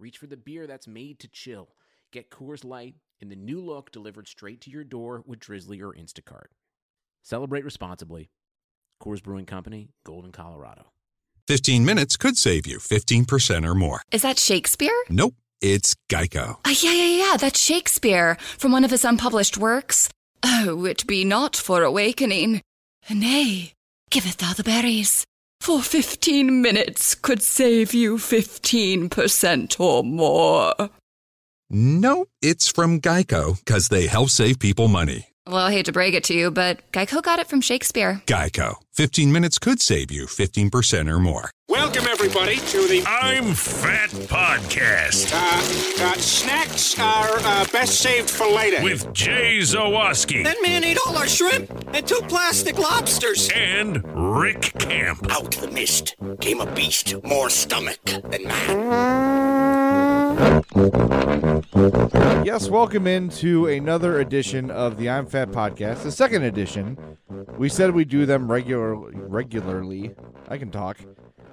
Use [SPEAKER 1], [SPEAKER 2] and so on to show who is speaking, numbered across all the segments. [SPEAKER 1] reach for the beer that's made to chill. Get Coors Light in the new look delivered straight to your door with Drizzly or Instacart. Celebrate responsibly. Coors Brewing Company, Golden, Colorado.
[SPEAKER 2] 15 minutes could save you 15% or more.
[SPEAKER 3] Is that Shakespeare?
[SPEAKER 2] Nope, it's Geico.
[SPEAKER 3] Ah, yeah, yeah, yeah, that's Shakespeare from one of his unpublished works. Oh, it be not for awakening. Nay, giveth thou the berries. For fifteen minutes could save you fifteen percent or more.
[SPEAKER 2] Nope, it's from Geico because they help save people money.
[SPEAKER 3] Well, I hate to break it to you, but Geico got it from Shakespeare.
[SPEAKER 2] Geico, 15 minutes could save you 15% or more.
[SPEAKER 4] Welcome everybody to the
[SPEAKER 5] I'm Fat Podcast
[SPEAKER 4] uh, uh, snacks are uh, best saved for later.
[SPEAKER 5] with Jay Zawoski
[SPEAKER 6] That man ate all our shrimp and two plastic lobsters.
[SPEAKER 5] and Rick Camp.
[SPEAKER 6] Out the mist came a beast more stomach than man.
[SPEAKER 7] Yes, welcome into another edition of the I'm Fat podcast, the second edition. We said we do them regular regularly. I can talk.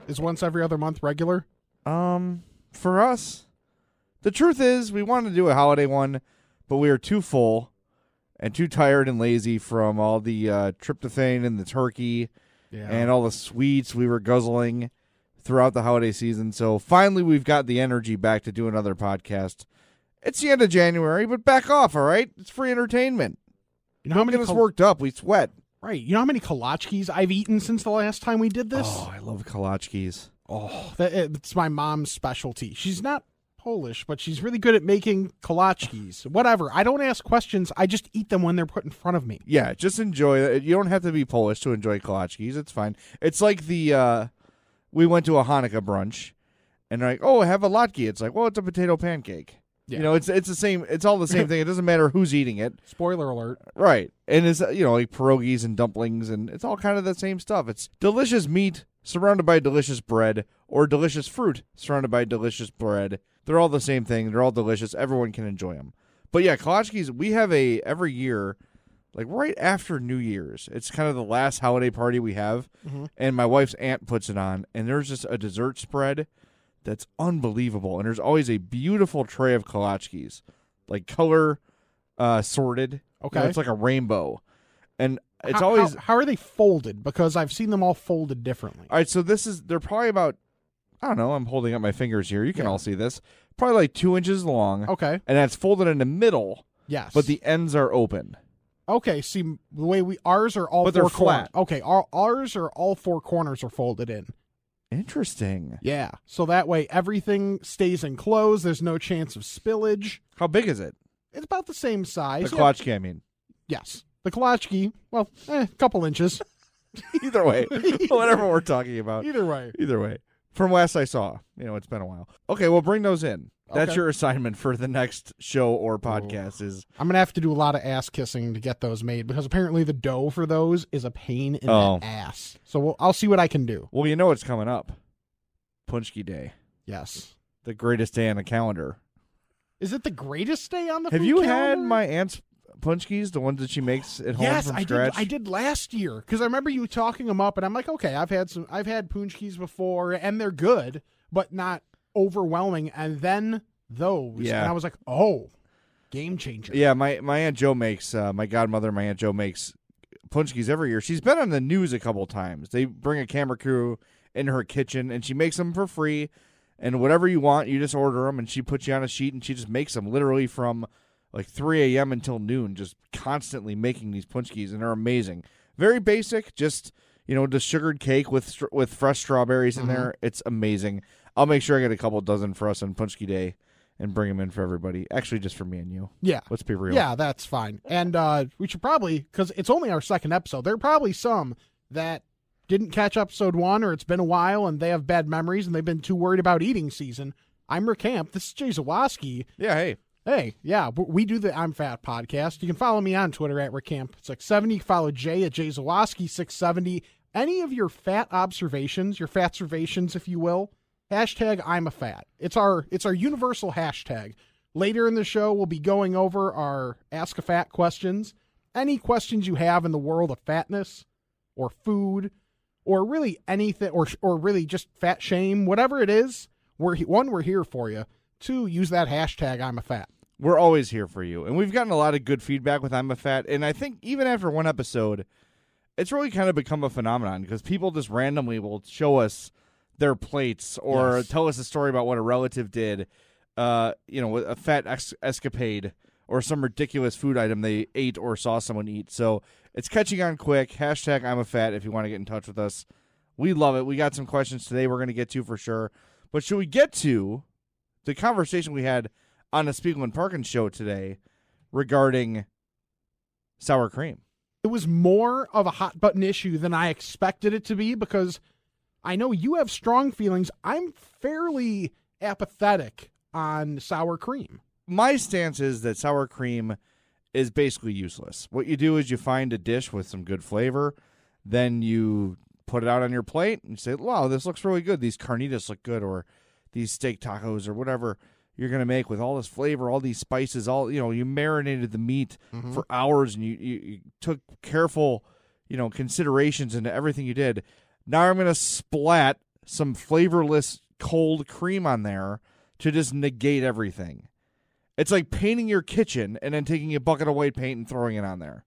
[SPEAKER 8] Is once every other month regular?
[SPEAKER 7] Um, for us, the truth is we wanted to do a holiday one, but we are too full and too tired and lazy from all the uh, tryptophan and the turkey
[SPEAKER 8] Yeah.
[SPEAKER 7] and all the sweets we were guzzling throughout the holiday season. So finally, we've got the energy back to do another podcast. It's the end of January, but back off, all right? It's free entertainment.
[SPEAKER 8] you know how
[SPEAKER 7] Don't
[SPEAKER 8] many
[SPEAKER 7] get us
[SPEAKER 8] kol-
[SPEAKER 7] worked up. We sweat.
[SPEAKER 8] Right. You know how many kolachkis I've eaten since the last time we did this?
[SPEAKER 7] Oh, I love kolachkis.
[SPEAKER 8] Oh, that, it's my mom's specialty. She's not Polish, but she's really good at making kolachkis. Whatever. I don't ask questions. I just eat them when they're put in front of me.
[SPEAKER 7] Yeah, just enjoy it. You don't have to be Polish to enjoy kolachkis. It's fine. It's like the uh we went to a Hanukkah brunch and they're like, "Oh, have a latke." It's like, "Well, it's a potato pancake."
[SPEAKER 8] Yeah.
[SPEAKER 7] You know, it's it's the same. It's all the same thing. It doesn't matter who's eating it.
[SPEAKER 8] Spoiler alert.
[SPEAKER 7] Right. And it's, uh, you know, like pierogies and dumplings, and it's all kind of the same stuff. It's delicious meat surrounded by delicious bread, or delicious fruit surrounded by delicious bread. They're all the same thing. They're all delicious. Everyone can enjoy them. But yeah, kolachkis, we have a every year, like right after New Year's. It's kind of the last holiday party we have.
[SPEAKER 8] Mm-hmm.
[SPEAKER 7] And my wife's aunt puts it on, and there's just a dessert spread that's unbelievable. And there's always a beautiful tray of kolachkis, like color uh, sorted. You know,
[SPEAKER 8] Okay.
[SPEAKER 7] it's like a rainbow, and it's
[SPEAKER 8] How-
[SPEAKER 7] always
[SPEAKER 8] How, how are they folded? Because I've seen them all folded differently.
[SPEAKER 7] all right. So this is they're probably about I don't know. I'm holding up my fingers here. You can all see this. Probably like two inches long,
[SPEAKER 8] Okay.
[SPEAKER 7] and that's folded in the middle,
[SPEAKER 8] Yes.
[SPEAKER 7] but the ends are open.
[SPEAKER 8] Okay, see m- the way we ours are all
[SPEAKER 7] But they're
[SPEAKER 8] four corners.
[SPEAKER 7] flat.
[SPEAKER 8] Okay, our, ours are all four corners are folded in.
[SPEAKER 7] Interesting.
[SPEAKER 8] Yeah. So that way everything stays enclosed. There's no chance of spillage.
[SPEAKER 7] How big is it?
[SPEAKER 8] It's about the same
[SPEAKER 7] The
[SPEAKER 8] size. Yeah.
[SPEAKER 7] kolachki, I mean.
[SPEAKER 8] Yes. The kolachki, well, eh, a couple inches.
[SPEAKER 7] Either way, whatever we're talking about.
[SPEAKER 8] Either way.
[SPEAKER 7] Either way, from last I saw, you know, it's been a while. Okay, well, bring those in. That's
[SPEAKER 8] Okay.
[SPEAKER 7] your assignment for the next show or podcast. Is
[SPEAKER 8] I'm going to have to do a lot of ass kissing to get those made because apparently the dough for those is a pain in
[SPEAKER 7] Oh.
[SPEAKER 8] the ass. So we'll, I'll see what I can do.
[SPEAKER 7] well, you know, it's coming up, Punchki Day,
[SPEAKER 8] Yes.
[SPEAKER 7] the greatest day on the calendar.
[SPEAKER 8] Is it the greatest day on the
[SPEAKER 7] Have
[SPEAKER 8] food
[SPEAKER 7] you had
[SPEAKER 8] calendar?
[SPEAKER 7] my aunt's punchkis, the ones that she makes at home
[SPEAKER 8] Yes,
[SPEAKER 7] from
[SPEAKER 8] I did.
[SPEAKER 7] scratch?
[SPEAKER 8] I did last year because I remember you talking them up, and I'm like, okay, I've had some, I've had punch keys before, and they're good, but not overwhelming. And then those,
[SPEAKER 7] Yeah.
[SPEAKER 8] and I was like, oh, game changer.
[SPEAKER 7] Yeah, my my aunt Joe makes uh, my godmother. My aunt Joe makes punchkis every year. She's been on the news a couple times. They bring a camera crew in her kitchen, and she makes them for free. And whatever you want, you just order them, and she puts you on a sheet, and she just makes them literally from like 3 a.m. until noon, just constantly making these punchkis, and they're amazing. Very basic, just you know, just sugared cake with str- with fresh strawberries in there. It's amazing. I'll make sure I get a couple dozen for us on Punchki Day, and bring them in for everybody. Actually, just for me and you.
[SPEAKER 8] yeah,
[SPEAKER 7] Let's be real.
[SPEAKER 8] yeah, that's fine. And uh, we should probably because it's only our second episode. There are probably some that didn't catch episode one, or it's been a while, and they have bad memories, and they've been too worried about eating season. I'm Rick Camp. This is Jay Zawoski.
[SPEAKER 7] Yeah, hey.
[SPEAKER 8] Hey, yeah, w- we do the I'm Fat podcast. You can follow me on Twitter at Rick Camp 670. Follow Jay at Jay Zawoski 670. Any of your fat observations, your fat observations, if you will, hashtag I'm a fat. It's our it's our universal hashtag. Later in the show, we'll be going over our Ask a Fat questions. Any questions you have in the world of fatness or food or really anything or or really just fat shame, whatever it is, we're he- one we're here for you. Two, use that hashtag I'm a fat.
[SPEAKER 7] We're always here for you. And we've gotten a lot of good feedback with I'm a Fat. And I think even after one episode, it's really kind of become a phenomenon because people just randomly will show us their plates or
[SPEAKER 8] Yes.
[SPEAKER 7] tell us a story about what a relative did, uh, you know, a fat ex- escapade or some ridiculous food item they ate or saw someone eat. So it's catching on quick. Hashtag I'm a Fat if you want to get in touch with us. We love it. We got some questions today we're going to get to for sure. But should we get to the conversation we had on the Spiegelman Parkins show today regarding sour cream?
[SPEAKER 8] It was more of a hot button issue than I expected it to be because I know you have strong feelings. I'm fairly apathetic on sour cream.
[SPEAKER 7] my stance is that sour cream is basically useless. What you do is you find a dish with some good flavor, then you put it out on your plate and say, "Wow, this looks really good. These carnitas look good, or these steak tacos, or whatever you're gonna make with all this flavor, all these spices. All you know, you marinated the meat for hours, and you, you, you took careful, you know, considerations into everything you did. Now I'm gonna splat some flavorless cold cream on there to just negate everything. It's like painting your kitchen and then taking a bucket of white paint and throwing it on there.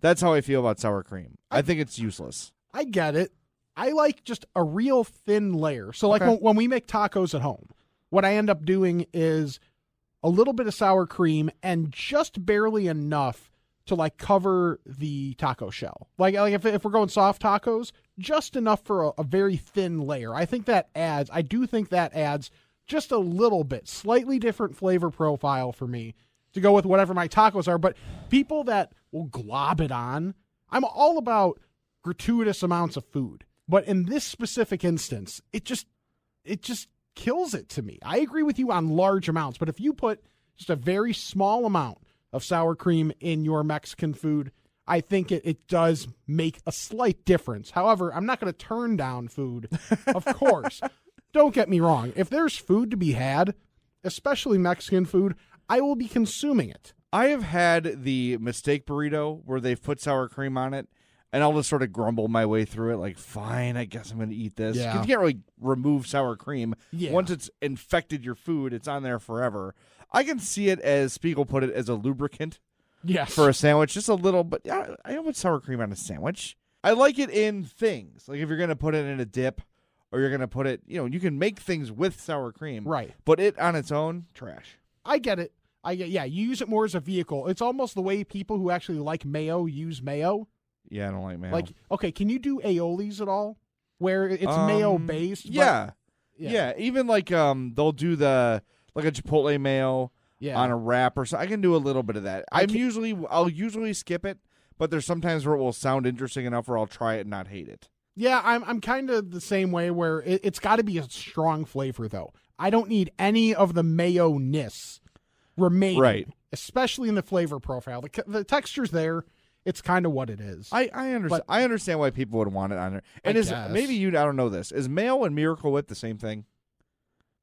[SPEAKER 7] That's how I feel about sour cream. I think it's useless.
[SPEAKER 8] I get it. I like just a real thin layer. So, like
[SPEAKER 7] Okay.
[SPEAKER 8] when, when we make tacos at home, what I end up doing is a little bit of sour cream and just barely enough to like cover the taco shell. Like, like if, if we're going soft tacos, just enough for a, a very thin layer. I think that adds, I do think that adds just a little bit, slightly different flavor profile for me to go with whatever my tacos are. But people that will glob it on, I'm all about gratuitous amounts of food. But in this specific instance, it just it just kills it to me. I agree with you on large amounts, but if you put just a very small amount of sour cream in your Mexican food, I think it, it does make a slight difference. However, I'm not going to turn down food, of course. Don't get me wrong. If there's food to be had, especially Mexican food, I will be consuming it.
[SPEAKER 7] I have had the mistake burrito where they've put sour cream on it, and I'll just sort of grumble my way through it, like, fine, I guess I'm going to eat this. 'Cause
[SPEAKER 8] Yeah.
[SPEAKER 7] You can't really remove sour cream.
[SPEAKER 8] Yeah.
[SPEAKER 7] Once it's infected your food, it's on there forever. I can see it as Spiegel put it as a lubricant
[SPEAKER 8] Yes.
[SPEAKER 7] for a sandwich, just a little, but yeah, I don't put sour cream on a sandwich. I like it in things. Like if you're gonna put it in a dip, or you're gonna put it, you know, you can make things with sour cream,
[SPEAKER 8] Right.
[SPEAKER 7] But it on its own, trash.
[SPEAKER 8] I get it. I get, yeah, you use it more as a vehicle. It's almost the way people who actually like mayo use mayo.
[SPEAKER 7] Yeah, I don't like mayo.
[SPEAKER 8] Like, okay, can you do aiolis at all? Where it's mayo
[SPEAKER 7] Um,
[SPEAKER 8] based.
[SPEAKER 7] Yeah,
[SPEAKER 8] yeah.
[SPEAKER 7] yeah, Even like um, they'll do the like a chipotle mayo
[SPEAKER 8] yeah.
[SPEAKER 7] on a wrap or so. I can do a little bit of that.
[SPEAKER 8] I
[SPEAKER 7] I'm
[SPEAKER 8] can't-
[SPEAKER 7] usually I'll usually skip it, but there's sometimes where it will sound interesting enough where I'll try it and not hate it.
[SPEAKER 8] Yeah, I'm I'm kind of the same way where it, it's got to be a strong flavor though. I don't need any of the mayo ness remaining,
[SPEAKER 7] Right.
[SPEAKER 8] Especially in the flavor profile. The, c- the texture's there. It's kind of what it is.
[SPEAKER 7] I I understand. I understand why people would want it on there. And
[SPEAKER 8] I
[SPEAKER 7] is
[SPEAKER 8] guess.
[SPEAKER 7] maybe you I don't know this. Is mayo and Miracle Whip the same thing?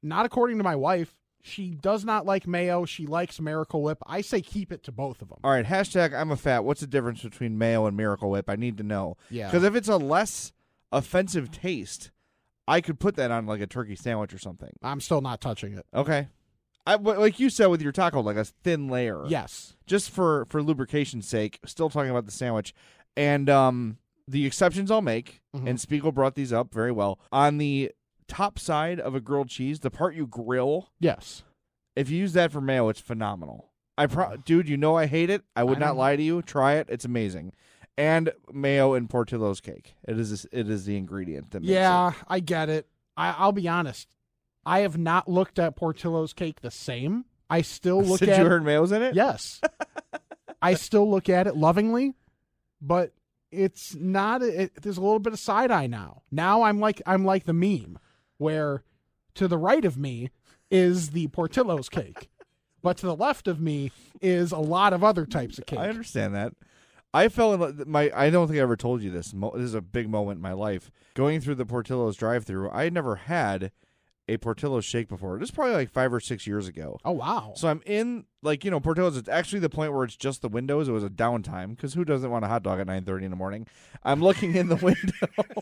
[SPEAKER 8] Not according to my wife. She does not like mayo. She likes Miracle Whip. I say keep it to both of them.
[SPEAKER 7] All right. Hashtag I'm a fat. What's the difference between mayo and Miracle Whip? I need to know.
[SPEAKER 8] Yeah.
[SPEAKER 7] Because if it's a less offensive taste, I could put that on like a turkey sandwich or something.
[SPEAKER 8] I'm still not touching it.
[SPEAKER 7] Okay. I but like you said with your taco, like a thin layer.
[SPEAKER 8] Yes.
[SPEAKER 7] Just for for lubrication's sake. Still talking about the sandwich, and um the exceptions I'll make,
[SPEAKER 8] Mhm.
[SPEAKER 7] and Spiegel brought these up very well on the top side of a grilled cheese, the part you grill.
[SPEAKER 8] Yes.
[SPEAKER 7] If you use that for mayo, it's phenomenal. I pro- dude, you know I hate it. I would
[SPEAKER 8] I
[SPEAKER 7] not
[SPEAKER 8] know.
[SPEAKER 7] lie to you. Try it; it's amazing. And mayo in Portillo's cake. It is it is the ingredient that makes
[SPEAKER 8] Yeah,
[SPEAKER 7] it.
[SPEAKER 8] I get it. I, I'll be honest. I have not looked at Portillo's cake the same. I still look
[SPEAKER 7] Since
[SPEAKER 8] at
[SPEAKER 7] you heard mayo's in it,
[SPEAKER 8] Yes. I still look at it lovingly, but it's not it, there's a little bit of side eye now. Now I'm like I'm like the meme where to the right of me is the Portillo's cake. But to the left of me is a lot of other types of cake.
[SPEAKER 7] I understand that. I fell in love. My I don't think I ever told you this. Mo- This is a big moment in my life. Going through the Portillo's drive-through, I had never had a Portillo's shake before. This is probably like five or six years ago.
[SPEAKER 8] Oh wow.
[SPEAKER 7] So I'm in like you know Portillo's. It's actually the point where it's just the windows. It was a downtime because who doesn't want a hot dog at 9:30 in the morning? I'm looking in the window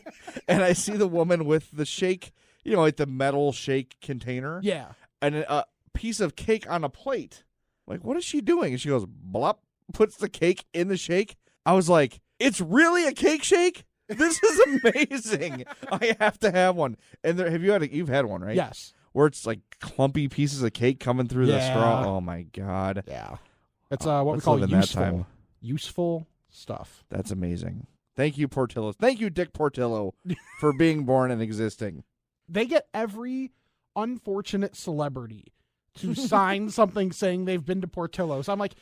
[SPEAKER 7] and I see the woman with the shake. You know, like the metal shake container
[SPEAKER 8] yeah.
[SPEAKER 7] and a piece of cake on a plate. Like, what is she doing? And she goes, blop, puts the cake in the shake. I was like, it's really a cake shake? This is amazing. I have to have one. And there, have you had a, you've had one, right?
[SPEAKER 8] Yes.
[SPEAKER 7] Where it's like clumpy pieces of cake coming through the straw.
[SPEAKER 8] Yeah.
[SPEAKER 7] Oh my god.
[SPEAKER 8] Yeah. It's uh, what we
[SPEAKER 7] Let's
[SPEAKER 8] call
[SPEAKER 7] live
[SPEAKER 8] useful,
[SPEAKER 7] in Oh, that time.
[SPEAKER 8] useful stuff.
[SPEAKER 7] That's amazing. Thank you, Portillo. Thank you, Dick Portillo, for being born and existing.
[SPEAKER 8] They get every unfortunate celebrity to sign something saying they've been to Portillo's. I'm like,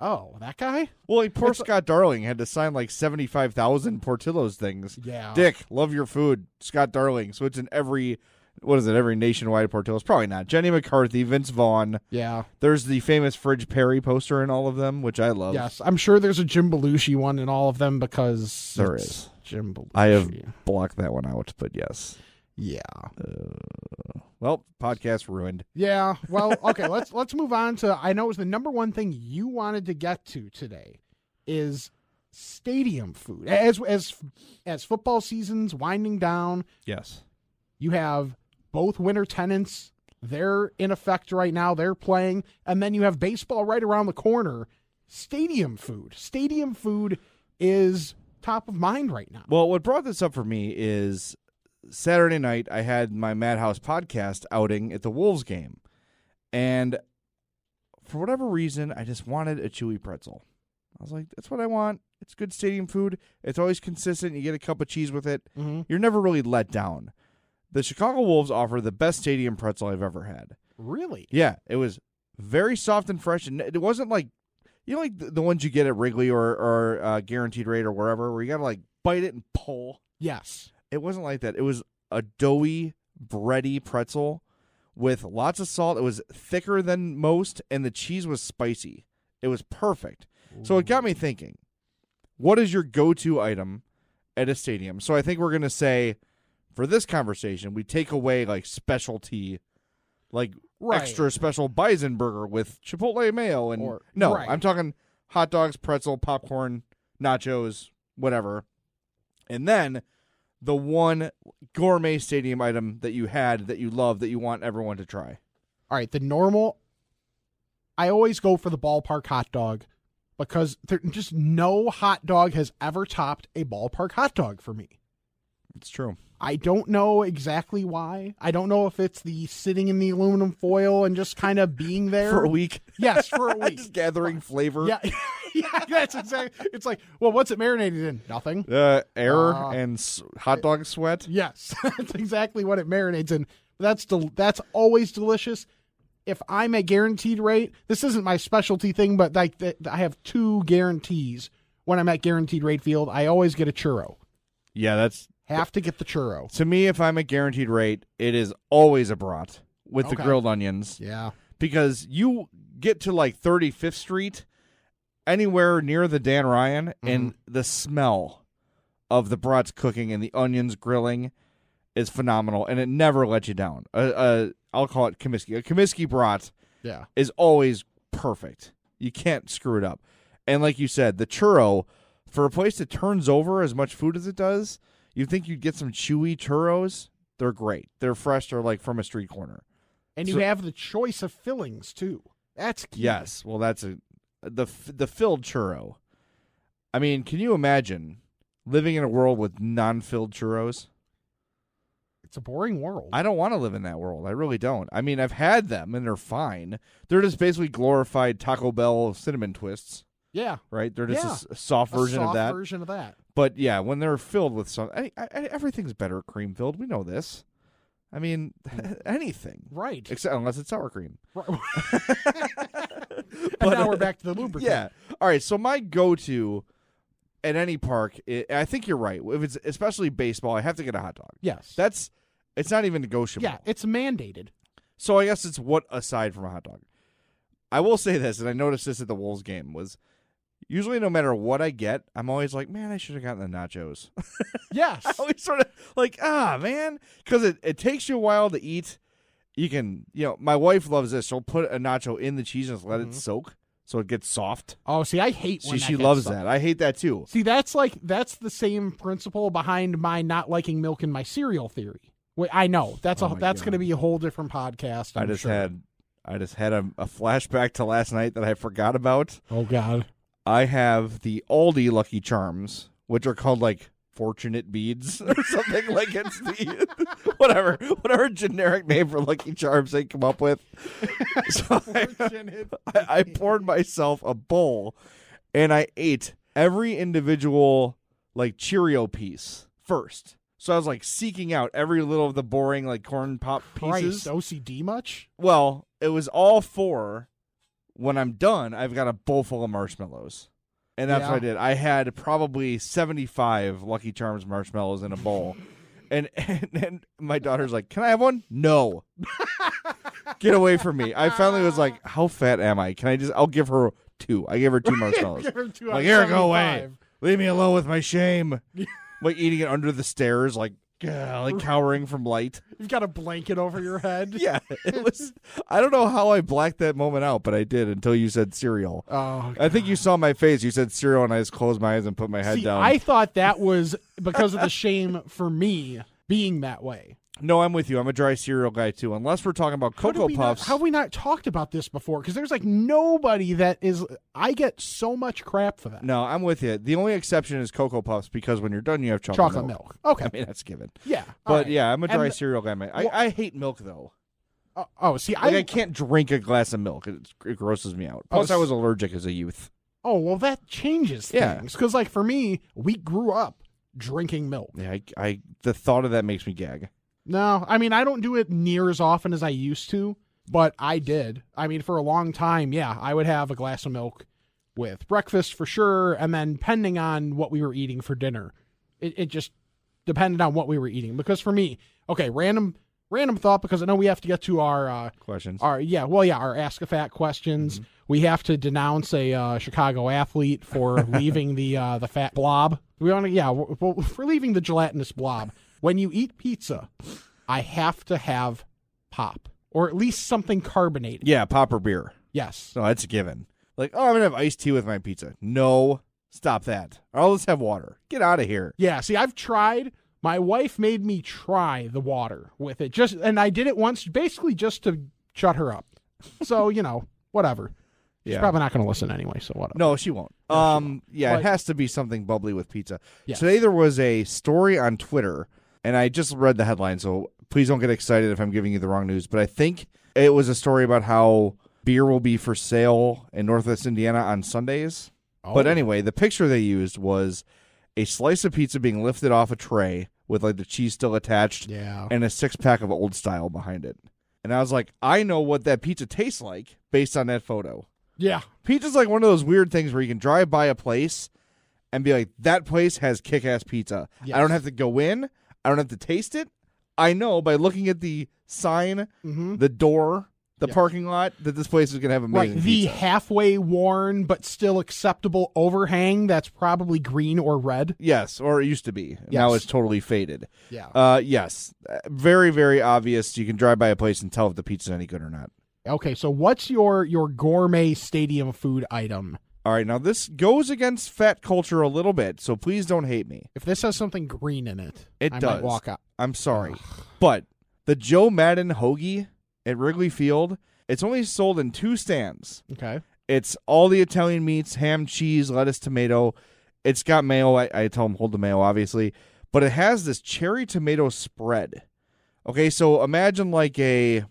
[SPEAKER 8] oh, that guy?
[SPEAKER 7] Well, like poor Scott Darling had to sign like seventy five thousand Portillo's things.
[SPEAKER 8] Yeah.
[SPEAKER 7] Dick, love your food. Scott Darling. So it's in every, what is it, every nationwide Portillo's? Probably not. Jenny McCarthy, Vince Vaughn.
[SPEAKER 8] Yeah.
[SPEAKER 7] There's the famous Fridge Perry poster in all of them, which I love.
[SPEAKER 8] Yes. I'm sure there's a Jim Belushi one in all of them because
[SPEAKER 7] There
[SPEAKER 8] it's
[SPEAKER 7] is.
[SPEAKER 8] Jim Belushi.
[SPEAKER 7] I have blocked that one out, but yes.
[SPEAKER 8] Yeah.
[SPEAKER 7] Well, podcast ruined.
[SPEAKER 8] Yeah. Well, okay, let's let's move on to I know it was the number one thing you wanted to get to today is stadium food. As as as football seasons winding down,
[SPEAKER 7] Yes.
[SPEAKER 8] You have both winter tenants. They're in effect right now. They're playing. And then you have baseball right around the corner. Stadium food. Stadium food is top of mind right now.
[SPEAKER 7] Well, what brought this up for me is Saturday night I had my Madhouse podcast outing at the Wolves game. And for whatever reason, I just wanted a chewy pretzel. I was like, that's what I want. It's good stadium food. It's always consistent. You get a cup of cheese with it.
[SPEAKER 8] Mhm.
[SPEAKER 7] You're never really let down. The Chicago Wolves offer the best stadium pretzel I've ever had.
[SPEAKER 8] Really?
[SPEAKER 7] Yeah, it was very soft and fresh, and it wasn't like you know, like the, the ones you get at Wrigley or or uh, Guaranteed Rate or wherever, where you gotta like bite it and pull.
[SPEAKER 8] Yes.
[SPEAKER 7] It wasn't like that. It was a doughy, bready pretzel with lots of salt. It was thicker than most, and the cheese was spicy. It was perfect. So it got me thinking what is your go to item at a stadium? So I think we're going to say for this conversation, we take away like specialty, like
[SPEAKER 8] Right.
[SPEAKER 7] extra special bison burger with Chipotle mayo. And
[SPEAKER 8] Or-
[SPEAKER 7] no,
[SPEAKER 8] right.
[SPEAKER 7] I'm talking hot dogs, pretzel, popcorn, nachos, whatever. And then the one gourmet stadium item that you had that you love that you want everyone to try.
[SPEAKER 8] All right. The normal, I always go for the ballpark hot dog because there, just no hot dog has ever topped a ballpark hot dog for me.
[SPEAKER 7] It's true.
[SPEAKER 8] I don't know exactly why. I don't know if it's the sitting in the aluminum foil and just kind of being there
[SPEAKER 7] For a week.
[SPEAKER 8] Yes, for a week.
[SPEAKER 7] Just gathering flavor.
[SPEAKER 8] Yeah, yeah, that's exactly. It's like, well, what's it marinated in? Nothing.
[SPEAKER 7] Uh, air
[SPEAKER 8] Uh,
[SPEAKER 7] and s- hot dog sweat.
[SPEAKER 8] Yes, that's exactly what it marinates in. That's del- that's always delicious. If I'm a guaranteed rate, this isn't my specialty thing, but like th- I have two guarantees when I'm at guaranteed rate field. I always get a churro.
[SPEAKER 7] Yeah, that's
[SPEAKER 8] Have to get the churro.
[SPEAKER 7] to me. If I'm at guaranteed rate, it is always a brat with the
[SPEAKER 8] Okay.
[SPEAKER 7] grilled onions
[SPEAKER 8] Yeah.
[SPEAKER 7] because you get to like 35th Street, anywhere near the Dan Ryan, and the smell of the brats cooking and the onions grilling is phenomenal, and it never lets you down. Uh, uh, I'll call it Comiskey. A Comiskey brat
[SPEAKER 8] Yeah.
[SPEAKER 7] is always perfect. You can't screw it up. And like you said, the churro for a place that turns over as much food as it does, you think you'd get some chewy churros. They're great. They're fresh. They're like from a street corner.
[SPEAKER 8] And you
[SPEAKER 7] So-
[SPEAKER 8] have the choice of fillings too. That's key.
[SPEAKER 7] Yes. Well, that's a the f- the filled churro. I mean, can you imagine living in a world with non-filled churros?
[SPEAKER 8] It's a boring world.
[SPEAKER 7] I don't want to live in that world. I really don't. I mean, I've had them and they're fine. They're just basically glorified Taco Bell cinnamon twists,
[SPEAKER 8] yeah.
[SPEAKER 7] right? They're just a
[SPEAKER 8] Yeah.
[SPEAKER 7] s- a soft
[SPEAKER 8] A
[SPEAKER 7] version
[SPEAKER 8] soft
[SPEAKER 7] of that.
[SPEAKER 8] Version of that.
[SPEAKER 7] But yeah, when they're filled with some, I, I, everything's better cream filled. We know this. I mean, anything,
[SPEAKER 8] Mm. Right.
[SPEAKER 7] except unless it's sour cream.
[SPEAKER 8] Right. and now we're back to the lubricant.
[SPEAKER 7] uh, Yeah. All right. So my go-to at any park, i I think you're right. If it's especially baseball, I have to get a hot dog.
[SPEAKER 8] Yes.
[SPEAKER 7] That's it's not even negotiable.
[SPEAKER 8] yeah. It's mandated.
[SPEAKER 7] So I guess it's what aside from a hot dog. I will say this, and I noticed this at the Wolves game was usually no matter what I get, I'm always like, man, I should have gotten the nachos.
[SPEAKER 8] Yes.
[SPEAKER 7] I always sort of like, ah, man, because it, it takes you a while to eat. You can, you know, my wife loves this. She'll put a nacho in the cheese and just let it soak so it gets soft.
[SPEAKER 8] Oh, see, I hate. When
[SPEAKER 7] She,
[SPEAKER 8] that
[SPEAKER 7] she
[SPEAKER 8] gets
[SPEAKER 7] loves
[SPEAKER 8] stuck.
[SPEAKER 7] that. I hate that too.
[SPEAKER 8] See, that's like that's the same principle behind my not liking milk in my cereal theory. Wait, I know that's
[SPEAKER 7] Oh
[SPEAKER 8] a
[SPEAKER 7] my
[SPEAKER 8] that's
[SPEAKER 7] God.
[SPEAKER 8] going to be a whole different podcast.
[SPEAKER 7] i
[SPEAKER 8] I'm
[SPEAKER 7] just
[SPEAKER 8] sure.
[SPEAKER 7] had, I just had a, a flashback to last night that I forgot about.
[SPEAKER 8] Oh God.
[SPEAKER 7] I have the Aldi Lucky Charms, which are called like fortunate beads or something like it's the whatever whatever generic name for lucky charms they come up with so I, I, I poured myself a bowl and i ate every individual like cheerio piece first so i was like seeking out every little of the boring like corn pop pieces
[SPEAKER 8] Christ, OCD much?
[SPEAKER 7] well, it was all four. When I'm done, I've got a bowl full of marshmallows. And that's what I
[SPEAKER 8] Yeah.
[SPEAKER 7] did. I had probably 75 Lucky Charms marshmallows in a bowl. and, and and my daughter's like, "Can I have one?" No. Get away from me. I finally was like, "How fat am I? Can I just I'll give her two. I gave her two marshmallows."
[SPEAKER 8] Give her two out
[SPEAKER 7] like,
[SPEAKER 8] of
[SPEAKER 7] "Here, go away.
[SPEAKER 8] 75.
[SPEAKER 7] Leave me alone with my shame." like eating it under the stairs like gah, like cowering from light
[SPEAKER 8] You've got a blanket over your head.
[SPEAKER 7] yeah, it was. I don't know how I blacked that moment out, but I did until you said cereal.
[SPEAKER 8] Oh.
[SPEAKER 7] I think you saw my face. You said cereal, and I just closed my eyes and put my head
[SPEAKER 8] See,
[SPEAKER 7] down.
[SPEAKER 8] I thought that was because of the shame for me being that way.
[SPEAKER 7] no, I'm with you. I'm a dry cereal guy too, unless we're talking about
[SPEAKER 8] How did
[SPEAKER 7] cocoa
[SPEAKER 8] we
[SPEAKER 7] puffs.
[SPEAKER 8] Not, how have we not talked about this before? Because there's like nobody that is. I get so much crap for that.
[SPEAKER 7] no, I'm with you. The only exception is cocoa puffs because when you're done, you have chocolate,
[SPEAKER 8] Chocolate milk. Okay.
[SPEAKER 7] I mean, that's given.
[SPEAKER 8] yeah. all
[SPEAKER 7] But
[SPEAKER 8] right.
[SPEAKER 7] yeah, I'm a dry
[SPEAKER 8] And-
[SPEAKER 7] cereal guy. man. I,
[SPEAKER 8] Well-
[SPEAKER 7] I hate milk though.
[SPEAKER 8] Oh, oh, see,
[SPEAKER 7] Like, I,
[SPEAKER 8] I,
[SPEAKER 7] can't drink a glass of milk. It, it grosses me out.
[SPEAKER 8] Oh,
[SPEAKER 7] Plus, I
[SPEAKER 8] s-
[SPEAKER 7] was allergic as a youth.
[SPEAKER 8] Oh well, that changes
[SPEAKER 7] Yeah.
[SPEAKER 8] things. Because like for me, we grew up drinking milk.
[SPEAKER 7] Yeah, I, I the thought of that makes me gag.
[SPEAKER 8] No, I mean I don't do it near as often as I used to, but I did. I mean for a long time, yeah, I would have a glass of milk with breakfast for sure, and then depending on what we were eating for dinner, it, it just depended on what we were eating. Because for me, okay, random random thought because I know we have to get to our uh,
[SPEAKER 7] Questions.
[SPEAKER 8] our yeah well yeah our ask a fat questions
[SPEAKER 7] Mm-hmm.
[SPEAKER 8] we have to denounce a uh, chicago athlete for leaving the uh, the fat blob we want to yeah w- w- for leaving the gelatinous blob when you eat pizza i have to have pop or at least something carbonated
[SPEAKER 7] Yeah, pop or beer.
[SPEAKER 8] yes
[SPEAKER 7] No, that's a given. Like, oh, I'm gonna have iced tea with my pizza. No, stop that. I'll just have water. Get out of here.
[SPEAKER 8] yeah see i've tried my wife made me try the water with it just and i did it once basically just to shut her up so you know whatever she's
[SPEAKER 7] Yeah.
[SPEAKER 8] probably not going to listen anyway so whatever
[SPEAKER 7] No, she won't. um, yeah, it
[SPEAKER 8] But-
[SPEAKER 7] has to be something bubbly with pizza.
[SPEAKER 8] Yes.
[SPEAKER 7] Today there was a story on Twitter, and I just read the headline, so please don't get excited if I'm giving you the wrong news. But I think it was a story about how beer will be for sale in Northwest Indiana on Sundays. But anyway, the picture they used was a slice of pizza being lifted off a tray with like the cheese still attached.
[SPEAKER 8] yeah
[SPEAKER 7] and a six pack of old style behind it. And I was like, I know what that pizza tastes like based on that photo.
[SPEAKER 8] yeah
[SPEAKER 7] Pizza's like one of those weird things where you can drive by a place and be like, that place has kick ass pizza. I
[SPEAKER 8] Yes.
[SPEAKER 7] don't have to go in, I don't have to taste it. I know by looking at the sign,
[SPEAKER 8] mm-hmm
[SPEAKER 7] the door, the
[SPEAKER 8] Yeah.
[SPEAKER 7] parking lot that this place is going to have
[SPEAKER 8] Right,
[SPEAKER 7] amazing
[SPEAKER 8] the
[SPEAKER 7] pizza.
[SPEAKER 8] halfway worn but still acceptable overhang that's probably green or red.
[SPEAKER 7] Yes, or it used to be. Now
[SPEAKER 8] Yes. Ah.
[SPEAKER 7] it's totally faded.
[SPEAKER 8] Yeah.
[SPEAKER 7] Uh, yes, Uh, very, very obvious. You can drive by a place and tell if the pizza's any good or not.
[SPEAKER 8] Okay, so what's your your gourmet stadium food item?
[SPEAKER 7] All right, now this goes against fat culture a little bit, so please don't hate me.
[SPEAKER 8] If this has something green in it,
[SPEAKER 7] It
[SPEAKER 8] I
[SPEAKER 7] does.
[SPEAKER 8] might walk out.
[SPEAKER 7] I'm sorry. But the Joe Madden hoagie at Wrigley Field, it's only sold in two stands.
[SPEAKER 8] Okay.
[SPEAKER 7] It's all the Italian meats, ham, cheese, lettuce, tomato. It's got mayo. I, I tell them hold the mayo, obviously, but it has this cherry tomato spread. Okay, so imagine like a,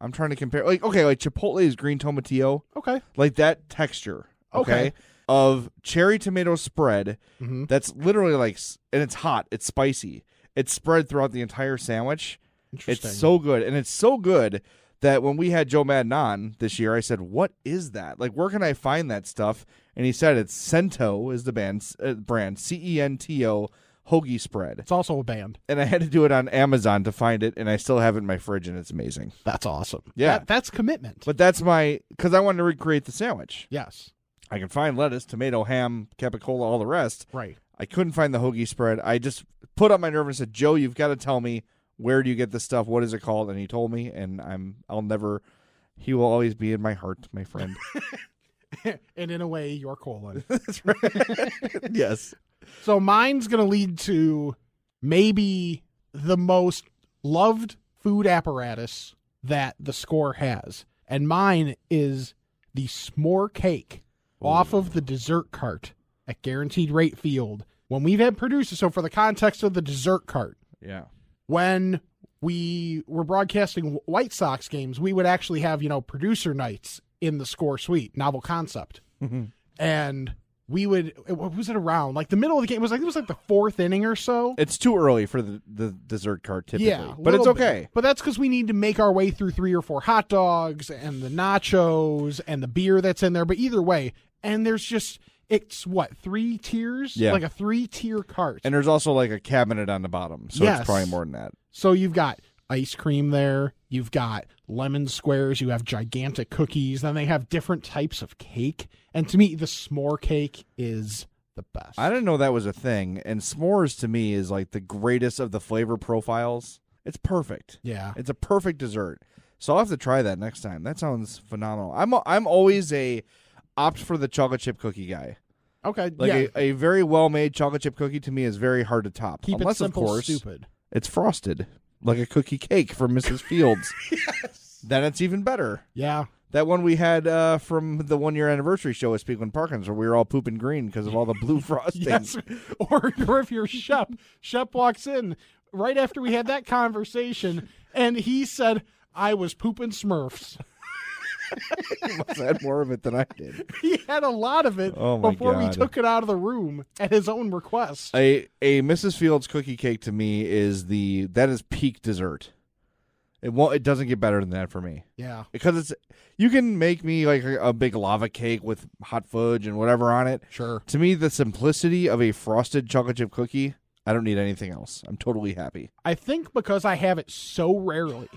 [SPEAKER 7] I'm trying to compare like okay, like Chipotle's green tomatillo,
[SPEAKER 8] Okay.
[SPEAKER 7] like that texture.
[SPEAKER 8] Okay.
[SPEAKER 7] okay. of cherry tomato spread
[SPEAKER 8] Mm-hmm.
[SPEAKER 7] that's literally like s- and it's hot it's spicy it's spread throughout the entire sandwich
[SPEAKER 8] Interesting.
[SPEAKER 7] it's so good and it's so good that when we had joe madden on this year i said what is that like where can i E find that stuff and he said it's cento is the band's uh, brand c-e-n-t-o hoagie spread.
[SPEAKER 8] It's also a band.
[SPEAKER 7] And I had to do it on Amazon to find it, and I still have it in my fridge, and it's amazing.
[SPEAKER 8] That's awesome.
[SPEAKER 7] Yeah.
[SPEAKER 8] That, that's commitment.
[SPEAKER 7] But that's my because I wanted to recreate the sandwich.
[SPEAKER 8] yes.
[SPEAKER 7] I can find lettuce, tomato, ham, capicola, all the rest.
[SPEAKER 8] Right.
[SPEAKER 7] I couldn't find the hoagie spread. I just put up my nerve and said, Joe, you've got to tell me where do you get this stuff? What is it called? And he told me, and I'm I'll never. He will always be in my heart, my friend.
[SPEAKER 8] and in a way, your colon.
[SPEAKER 7] yes.
[SPEAKER 8] so mine's going to lead to maybe the most loved food apparatus that the score has. And mine is the s'more cake off of the dessert cart at Guaranteed Rate Field. When we've had producers, so for the context of the dessert cart,
[SPEAKER 7] Yeah.
[SPEAKER 8] when we were broadcasting White Sox games, we would actually have, you know, producer nights in the score suite, novel concept.
[SPEAKER 7] Mm-hmm.
[SPEAKER 8] And we would, what was it around? Like the middle of the game, it was like, it was like the fourth inning or so.
[SPEAKER 7] It's too early for the, the dessert cart typically,
[SPEAKER 8] yeah.
[SPEAKER 7] but it's
[SPEAKER 8] little bit.
[SPEAKER 7] okay.
[SPEAKER 8] But that's because we need to make our way through three or four hot dogs and the nachos and the beer that's in there. But either way, and there's just, it's what, three tiers?
[SPEAKER 7] Yeah.
[SPEAKER 8] Like a three tier cart.
[SPEAKER 7] And there's also like a cabinet on the bottom, so
[SPEAKER 8] Yes.
[SPEAKER 7] it's probably more than that.
[SPEAKER 8] So you've got ice cream there, you've got lemon squares, you have gigantic cookies, then they have different types of cake. And to me, the s'more cake is the best.
[SPEAKER 7] I didn't know that was a thing. And s'mores to me is like the greatest of the flavor profiles. It's perfect.
[SPEAKER 8] yeah.
[SPEAKER 7] It's a perfect dessert. So I'll have to try that next time. That sounds phenomenal. I'm I'm always a opt for the chocolate chip cookie guy.
[SPEAKER 8] Okay.
[SPEAKER 7] Like
[SPEAKER 8] yeah.
[SPEAKER 7] a, uh, a very well made chocolate chip cookie to me is very hard to top.
[SPEAKER 8] Keep
[SPEAKER 7] Unless
[SPEAKER 8] it simple,
[SPEAKER 7] of course
[SPEAKER 8] stupid.
[SPEAKER 7] it's frosted. Like a cookie cake from Mrs. Fields. yes. Then it's even better.
[SPEAKER 8] Yeah.
[SPEAKER 7] That one we had uh, from the one year anniversary show at Speakland Parkins where we were all pooping green because of all the blue frosting.
[SPEAKER 8] Yes. or, or if you're Shep, Shep walks in right after we had that conversation and he said, I was pooping smurfs.
[SPEAKER 7] I had more of it than I did.
[SPEAKER 8] He had a lot of it
[SPEAKER 7] Oh my
[SPEAKER 8] before we
[SPEAKER 7] God.
[SPEAKER 8] took it out of the room at his own request.
[SPEAKER 7] A a Mrs. Fields cookie cake to me is the that is peak dessert. It won't. It doesn't get better than that for me
[SPEAKER 8] yeah.
[SPEAKER 7] because it's you can make me like a, a big lava cake with hot fudge and whatever on it.
[SPEAKER 8] Sure.
[SPEAKER 7] To me, the simplicity of a frosted chocolate chip cookie. I don't need anything else. I'm totally happy.
[SPEAKER 8] I think because I have it so rarely,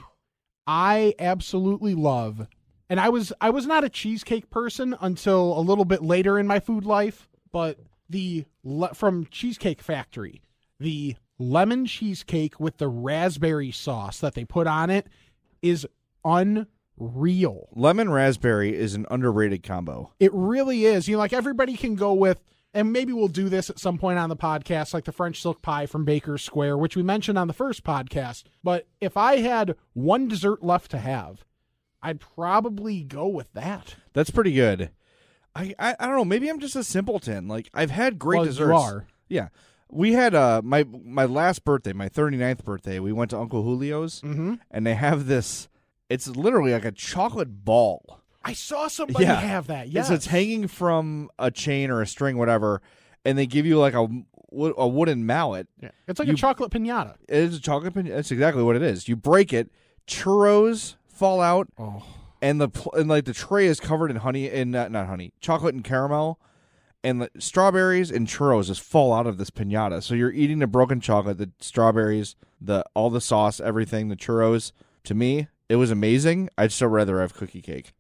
[SPEAKER 8] I absolutely love. And I was I was not a cheesecake person until a little bit later in my food life, but the le- from Cheesecake Factory, the lemon cheesecake with the raspberry sauce that they put on it is unreal.
[SPEAKER 7] Lemon raspberry is an underrated combo.
[SPEAKER 8] It really is. You know, like everybody can go with, and maybe we'll do this at some point on the podcast, like the French silk pie from Baker's Square, which we mentioned on the first podcast. But if I had one dessert left to have, I'd probably go with that.
[SPEAKER 7] That's pretty good. I, I I don't know. Maybe I'm just a simpleton. Like I've had great
[SPEAKER 8] Well, you
[SPEAKER 7] desserts.
[SPEAKER 8] are.
[SPEAKER 7] Yeah. We had uh my my last birthday, my 39th birthday, we went to Uncle Julio's
[SPEAKER 8] Mm-hmm.
[SPEAKER 7] and they have this it's literally like a chocolate ball.
[SPEAKER 8] I saw somebody
[SPEAKER 7] Yeah.
[SPEAKER 8] have that.
[SPEAKER 7] Yes.
[SPEAKER 8] Yes,
[SPEAKER 7] It's, hanging from a chain or a string whatever and they give you like a wo- a wooden mallet.
[SPEAKER 8] Yeah. It's like a
[SPEAKER 7] You-
[SPEAKER 8] chocolate pinata.
[SPEAKER 7] It is a chocolate pin- that's exactly what it is. You break it, churros fall out
[SPEAKER 8] Oh,
[SPEAKER 7] and the pl- and like the tray is covered in honey and uh, not honey, chocolate and caramel, and the strawberries and churros just fall out of this pinata. So you're eating the broken chocolate, the strawberries, the all the sauce, everything, the churros. To me, it was amazing. I'd still rather have cookie cake.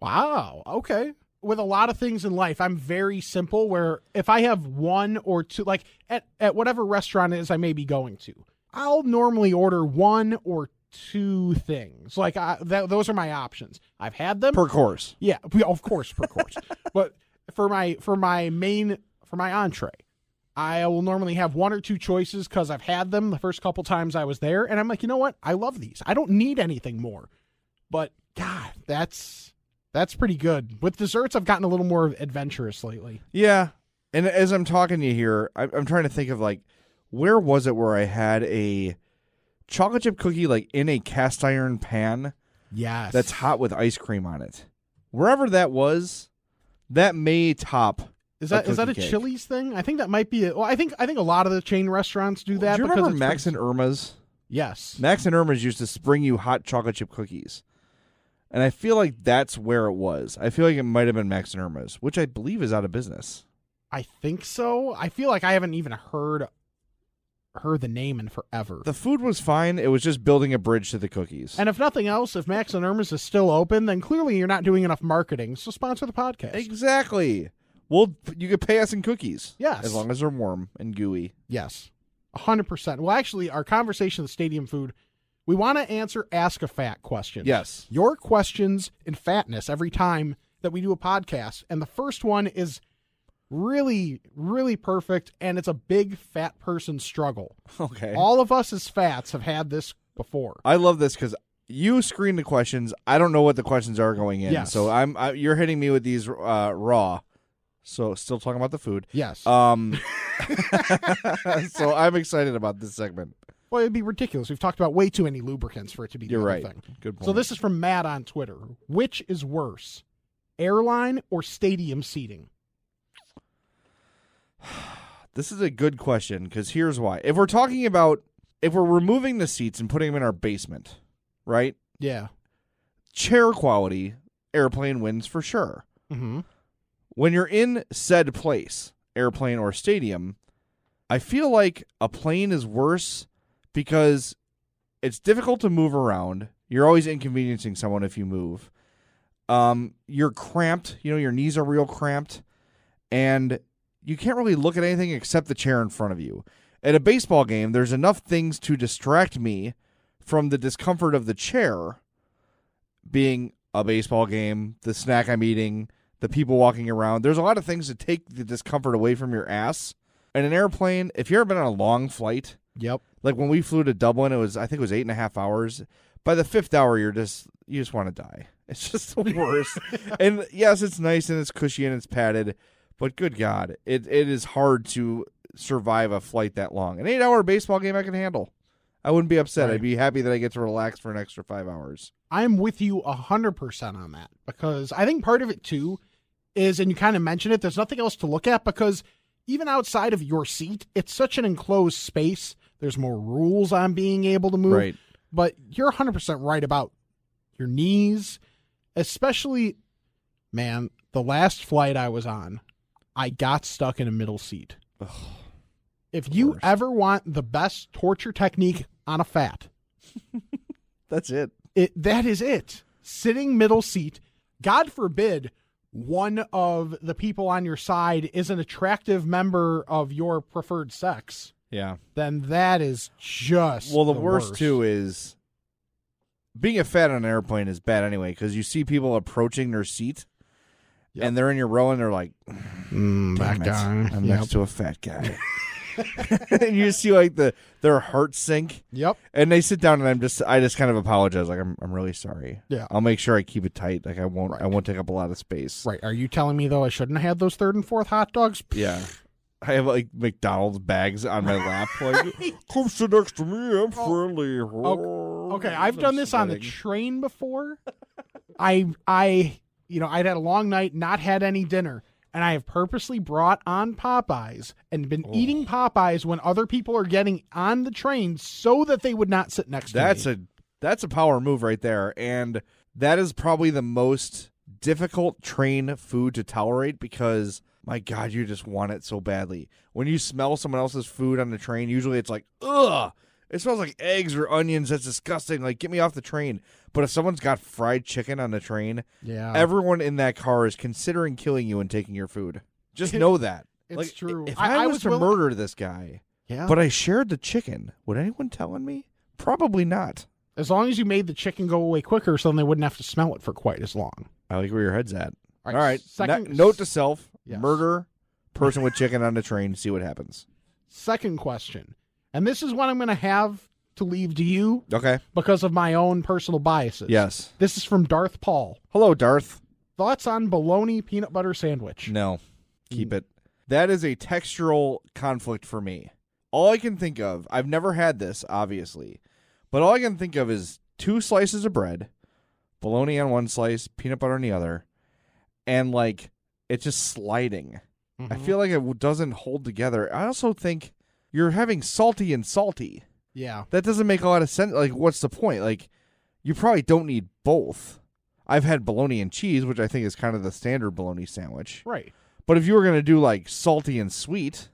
[SPEAKER 8] wow. Okay. With a lot of things in life, I'm very simple. Where if I have one or two, like at at whatever restaurant it is I may be going to, I'll normally order one or two things. Like I, that, those are my options. I've had them.
[SPEAKER 7] Per course,
[SPEAKER 8] yeah, we, of course, per course. But for my for my main for my entree, I will normally have one or two choices because I've had them the first couple times I was there, and I'm like, you know what? I love these. I don't need anything more. But God, that's that's pretty good. With desserts, I've gotten a little more adventurous lately.
[SPEAKER 7] yeah. And as I'm talking to you here, I- I'm trying to think of like where was it where I had a chocolate chip cookie like in a cast iron pan.
[SPEAKER 8] Yes,
[SPEAKER 7] that's hot with ice cream on it. Wherever that was, that may top.
[SPEAKER 8] Is
[SPEAKER 7] a
[SPEAKER 8] that is that a
[SPEAKER 7] cookie cake.
[SPEAKER 8] Chili's thing? I think that might be. A, well, I think I think a lot of the chain restaurants do that.
[SPEAKER 7] Do you
[SPEAKER 8] because
[SPEAKER 7] remember
[SPEAKER 8] it's
[SPEAKER 7] Max
[SPEAKER 8] pretty-
[SPEAKER 7] and Irma's?
[SPEAKER 8] Yes.
[SPEAKER 7] Max and Irma's used to spring you hot chocolate chip cookies. And I feel like that's where it was. I feel like it might have been Max and Irma's, which I believe is out of business.
[SPEAKER 8] I think so. I feel like I haven't even heard her the name in forever.
[SPEAKER 7] The food was fine. It was just building a bridge to the cookies.
[SPEAKER 8] and if nothing else, if Max and Irma's is still open, then clearly you're not doing enough marketing. So sponsor the podcast.
[SPEAKER 7] exactly. Well, you could pay us in cookies.
[SPEAKER 8] Yes.
[SPEAKER 7] As long as they're warm and gooey.
[SPEAKER 8] Yes. 100%. Well, actually, our conversation of stadium food, we want to answer ask a fat questions.
[SPEAKER 7] Yes.
[SPEAKER 8] Your questions in fatness every time that we do a podcast. And the first one is really, really perfect. And it's a big fat person struggle.
[SPEAKER 7] Okay.
[SPEAKER 8] All of us as fats have had this before.
[SPEAKER 7] I love this because you screen the questions. I don't know what the questions are going in.
[SPEAKER 8] Yes.
[SPEAKER 7] So I'm I, you're hitting me with these uh, raw. So still talking about the food.
[SPEAKER 8] Yes.
[SPEAKER 7] Um. so I'm excited about this segment.
[SPEAKER 8] well, it'd be ridiculous. We've talked about way too many lubricants for it to be the
[SPEAKER 7] You're
[SPEAKER 8] other
[SPEAKER 7] right.
[SPEAKER 8] thing.
[SPEAKER 7] Good point.
[SPEAKER 8] So this is from Matt on Twitter. Which is worse, airline or stadium seating?
[SPEAKER 7] This is a good question because here's why. If we're talking about if we're removing the seats and putting them in our basement, right?
[SPEAKER 8] Yeah.
[SPEAKER 7] Chair quality, airplane wins for sure.
[SPEAKER 8] Mm-hmm.
[SPEAKER 7] When you're in said place, airplane or stadium, I feel like a plane is worse because it's difficult to move around. You're always inconveniencing someone if you move. Um, you're cramped. You know, your knees are real cramped. And you can't really look at anything except the chair in front of you. At a baseball game, there's enough things to distract me from the discomfort of the chair being a baseball game, the snack I'm eating, the people walking around. There's a lot of things to take the discomfort away from your ass. And an airplane, if you've ever been on a long flight,
[SPEAKER 8] Yep.
[SPEAKER 7] like when we flew to Dublin, it was I think it was eight and a half hours. By the fifth hour, you're just you just want to die. It's just the worst. and yes, it's nice and it's cushy and it's padded, but good God, it it is hard to survive a flight that long. An eight hour baseball game I can handle. I wouldn't be upset.
[SPEAKER 8] Right.
[SPEAKER 7] I'd be happy that I get to relax for an extra five hours.
[SPEAKER 8] I'm with you 100% on that because I think part of it too is, and you kind of mentioned it, there's nothing else to look at because even outside of your seat, it's such an enclosed space. There's more rules on being able to move. But you're 100% right about your knees, especially, man, the last flight I was on, I got stuck in a middle seat. if you
[SPEAKER 7] worst.
[SPEAKER 8] ever want the best torture technique on a fat,
[SPEAKER 7] That's it.
[SPEAKER 8] it that is it. Sitting middle seat. God forbid one of the people on your side is an attractive member of your preferred sex.
[SPEAKER 7] Yeah.
[SPEAKER 8] Then that is just
[SPEAKER 7] Well, the, worst, too is being a fat on an airplane is bad anyway because you see people approaching their seat
[SPEAKER 8] Yep.
[SPEAKER 7] and they're in your row and they're like,
[SPEAKER 8] Mm, that
[SPEAKER 7] "Damn it,
[SPEAKER 8] guy.
[SPEAKER 7] I'm
[SPEAKER 8] yep.
[SPEAKER 7] next to a fat guy. and you see like the their heart sink
[SPEAKER 8] Yep.
[SPEAKER 7] and they sit down and I'm just I just kind of apologize like I'm I'm really sorry.
[SPEAKER 8] Yeah.
[SPEAKER 7] I'll make sure I keep it tight like I won't I
[SPEAKER 8] Right.
[SPEAKER 7] won't take up a lot of space.
[SPEAKER 8] Right. Are you telling me though I shouldn't have had those third and fourth hot dogs?
[SPEAKER 7] Yeah. I have like McDonald's bags on my lap. Like, come sit next to me. I'm friendly.
[SPEAKER 8] Oh,
[SPEAKER 7] Oh,
[SPEAKER 8] Okay, I've done this on the
[SPEAKER 7] Sweating.
[SPEAKER 8] train before. I I you know, I'd had a long night, not had any dinner, and I have purposely brought on Popeyes and
[SPEAKER 7] Oh.
[SPEAKER 8] been eating Popeyes when other people are getting on the train so that they would not sit next
[SPEAKER 7] That's
[SPEAKER 8] to me.
[SPEAKER 7] a that's a power move right there, and that is probably the most difficult train food to tolerate because my God, you just want it so badly. When you smell someone else's food on the train, usually it's like ugh. It smells like eggs or onions. That's disgusting. Like, get me off the train. But if someone's got fried chicken on the train,
[SPEAKER 8] yeah.
[SPEAKER 7] everyone in that car is considering killing you and taking your food. Just know that.
[SPEAKER 8] It's
[SPEAKER 7] Like,
[SPEAKER 8] true.
[SPEAKER 7] If
[SPEAKER 8] I-
[SPEAKER 7] I,
[SPEAKER 8] I
[SPEAKER 7] was,
[SPEAKER 8] was
[SPEAKER 7] to
[SPEAKER 8] willing-
[SPEAKER 7] murder this guy,
[SPEAKER 8] yeah.
[SPEAKER 7] but I shared the chicken, would anyone tell on me? Probably not.
[SPEAKER 8] as long as you made the chicken go away quicker so then they wouldn't have to smell it for quite as long.
[SPEAKER 7] I like where your head's at.
[SPEAKER 8] All
[SPEAKER 7] All
[SPEAKER 8] right,
[SPEAKER 7] right.
[SPEAKER 8] second-
[SPEAKER 7] no- note to self:
[SPEAKER 8] Yes.
[SPEAKER 7] murder person with chicken on the train. See what happens.
[SPEAKER 8] Second question. And this is what I'm going to have to leave to you
[SPEAKER 7] Okay.
[SPEAKER 8] because of my own personal biases.
[SPEAKER 7] Yes.
[SPEAKER 8] This is from Darth Paul.
[SPEAKER 7] Hello, Darth.
[SPEAKER 8] Thoughts on bologna peanut butter sandwich?
[SPEAKER 7] No. Keep it. That is a textural conflict for me. All I can think of, I've never had this, obviously, but all I can think of is two slices of bread, bologna on one slice, peanut butter on the other, and like it's just sliding. I feel like it w- doesn't hold together. I also think you're having salty and salty.
[SPEAKER 8] Yeah.
[SPEAKER 7] that doesn't make a lot of sense. Like, what's the point? Like, you probably don't need both. I've had bologna and cheese, which I think is kind of the standard bologna sandwich.
[SPEAKER 8] Right.
[SPEAKER 7] But if you were going to do like salty and sweet,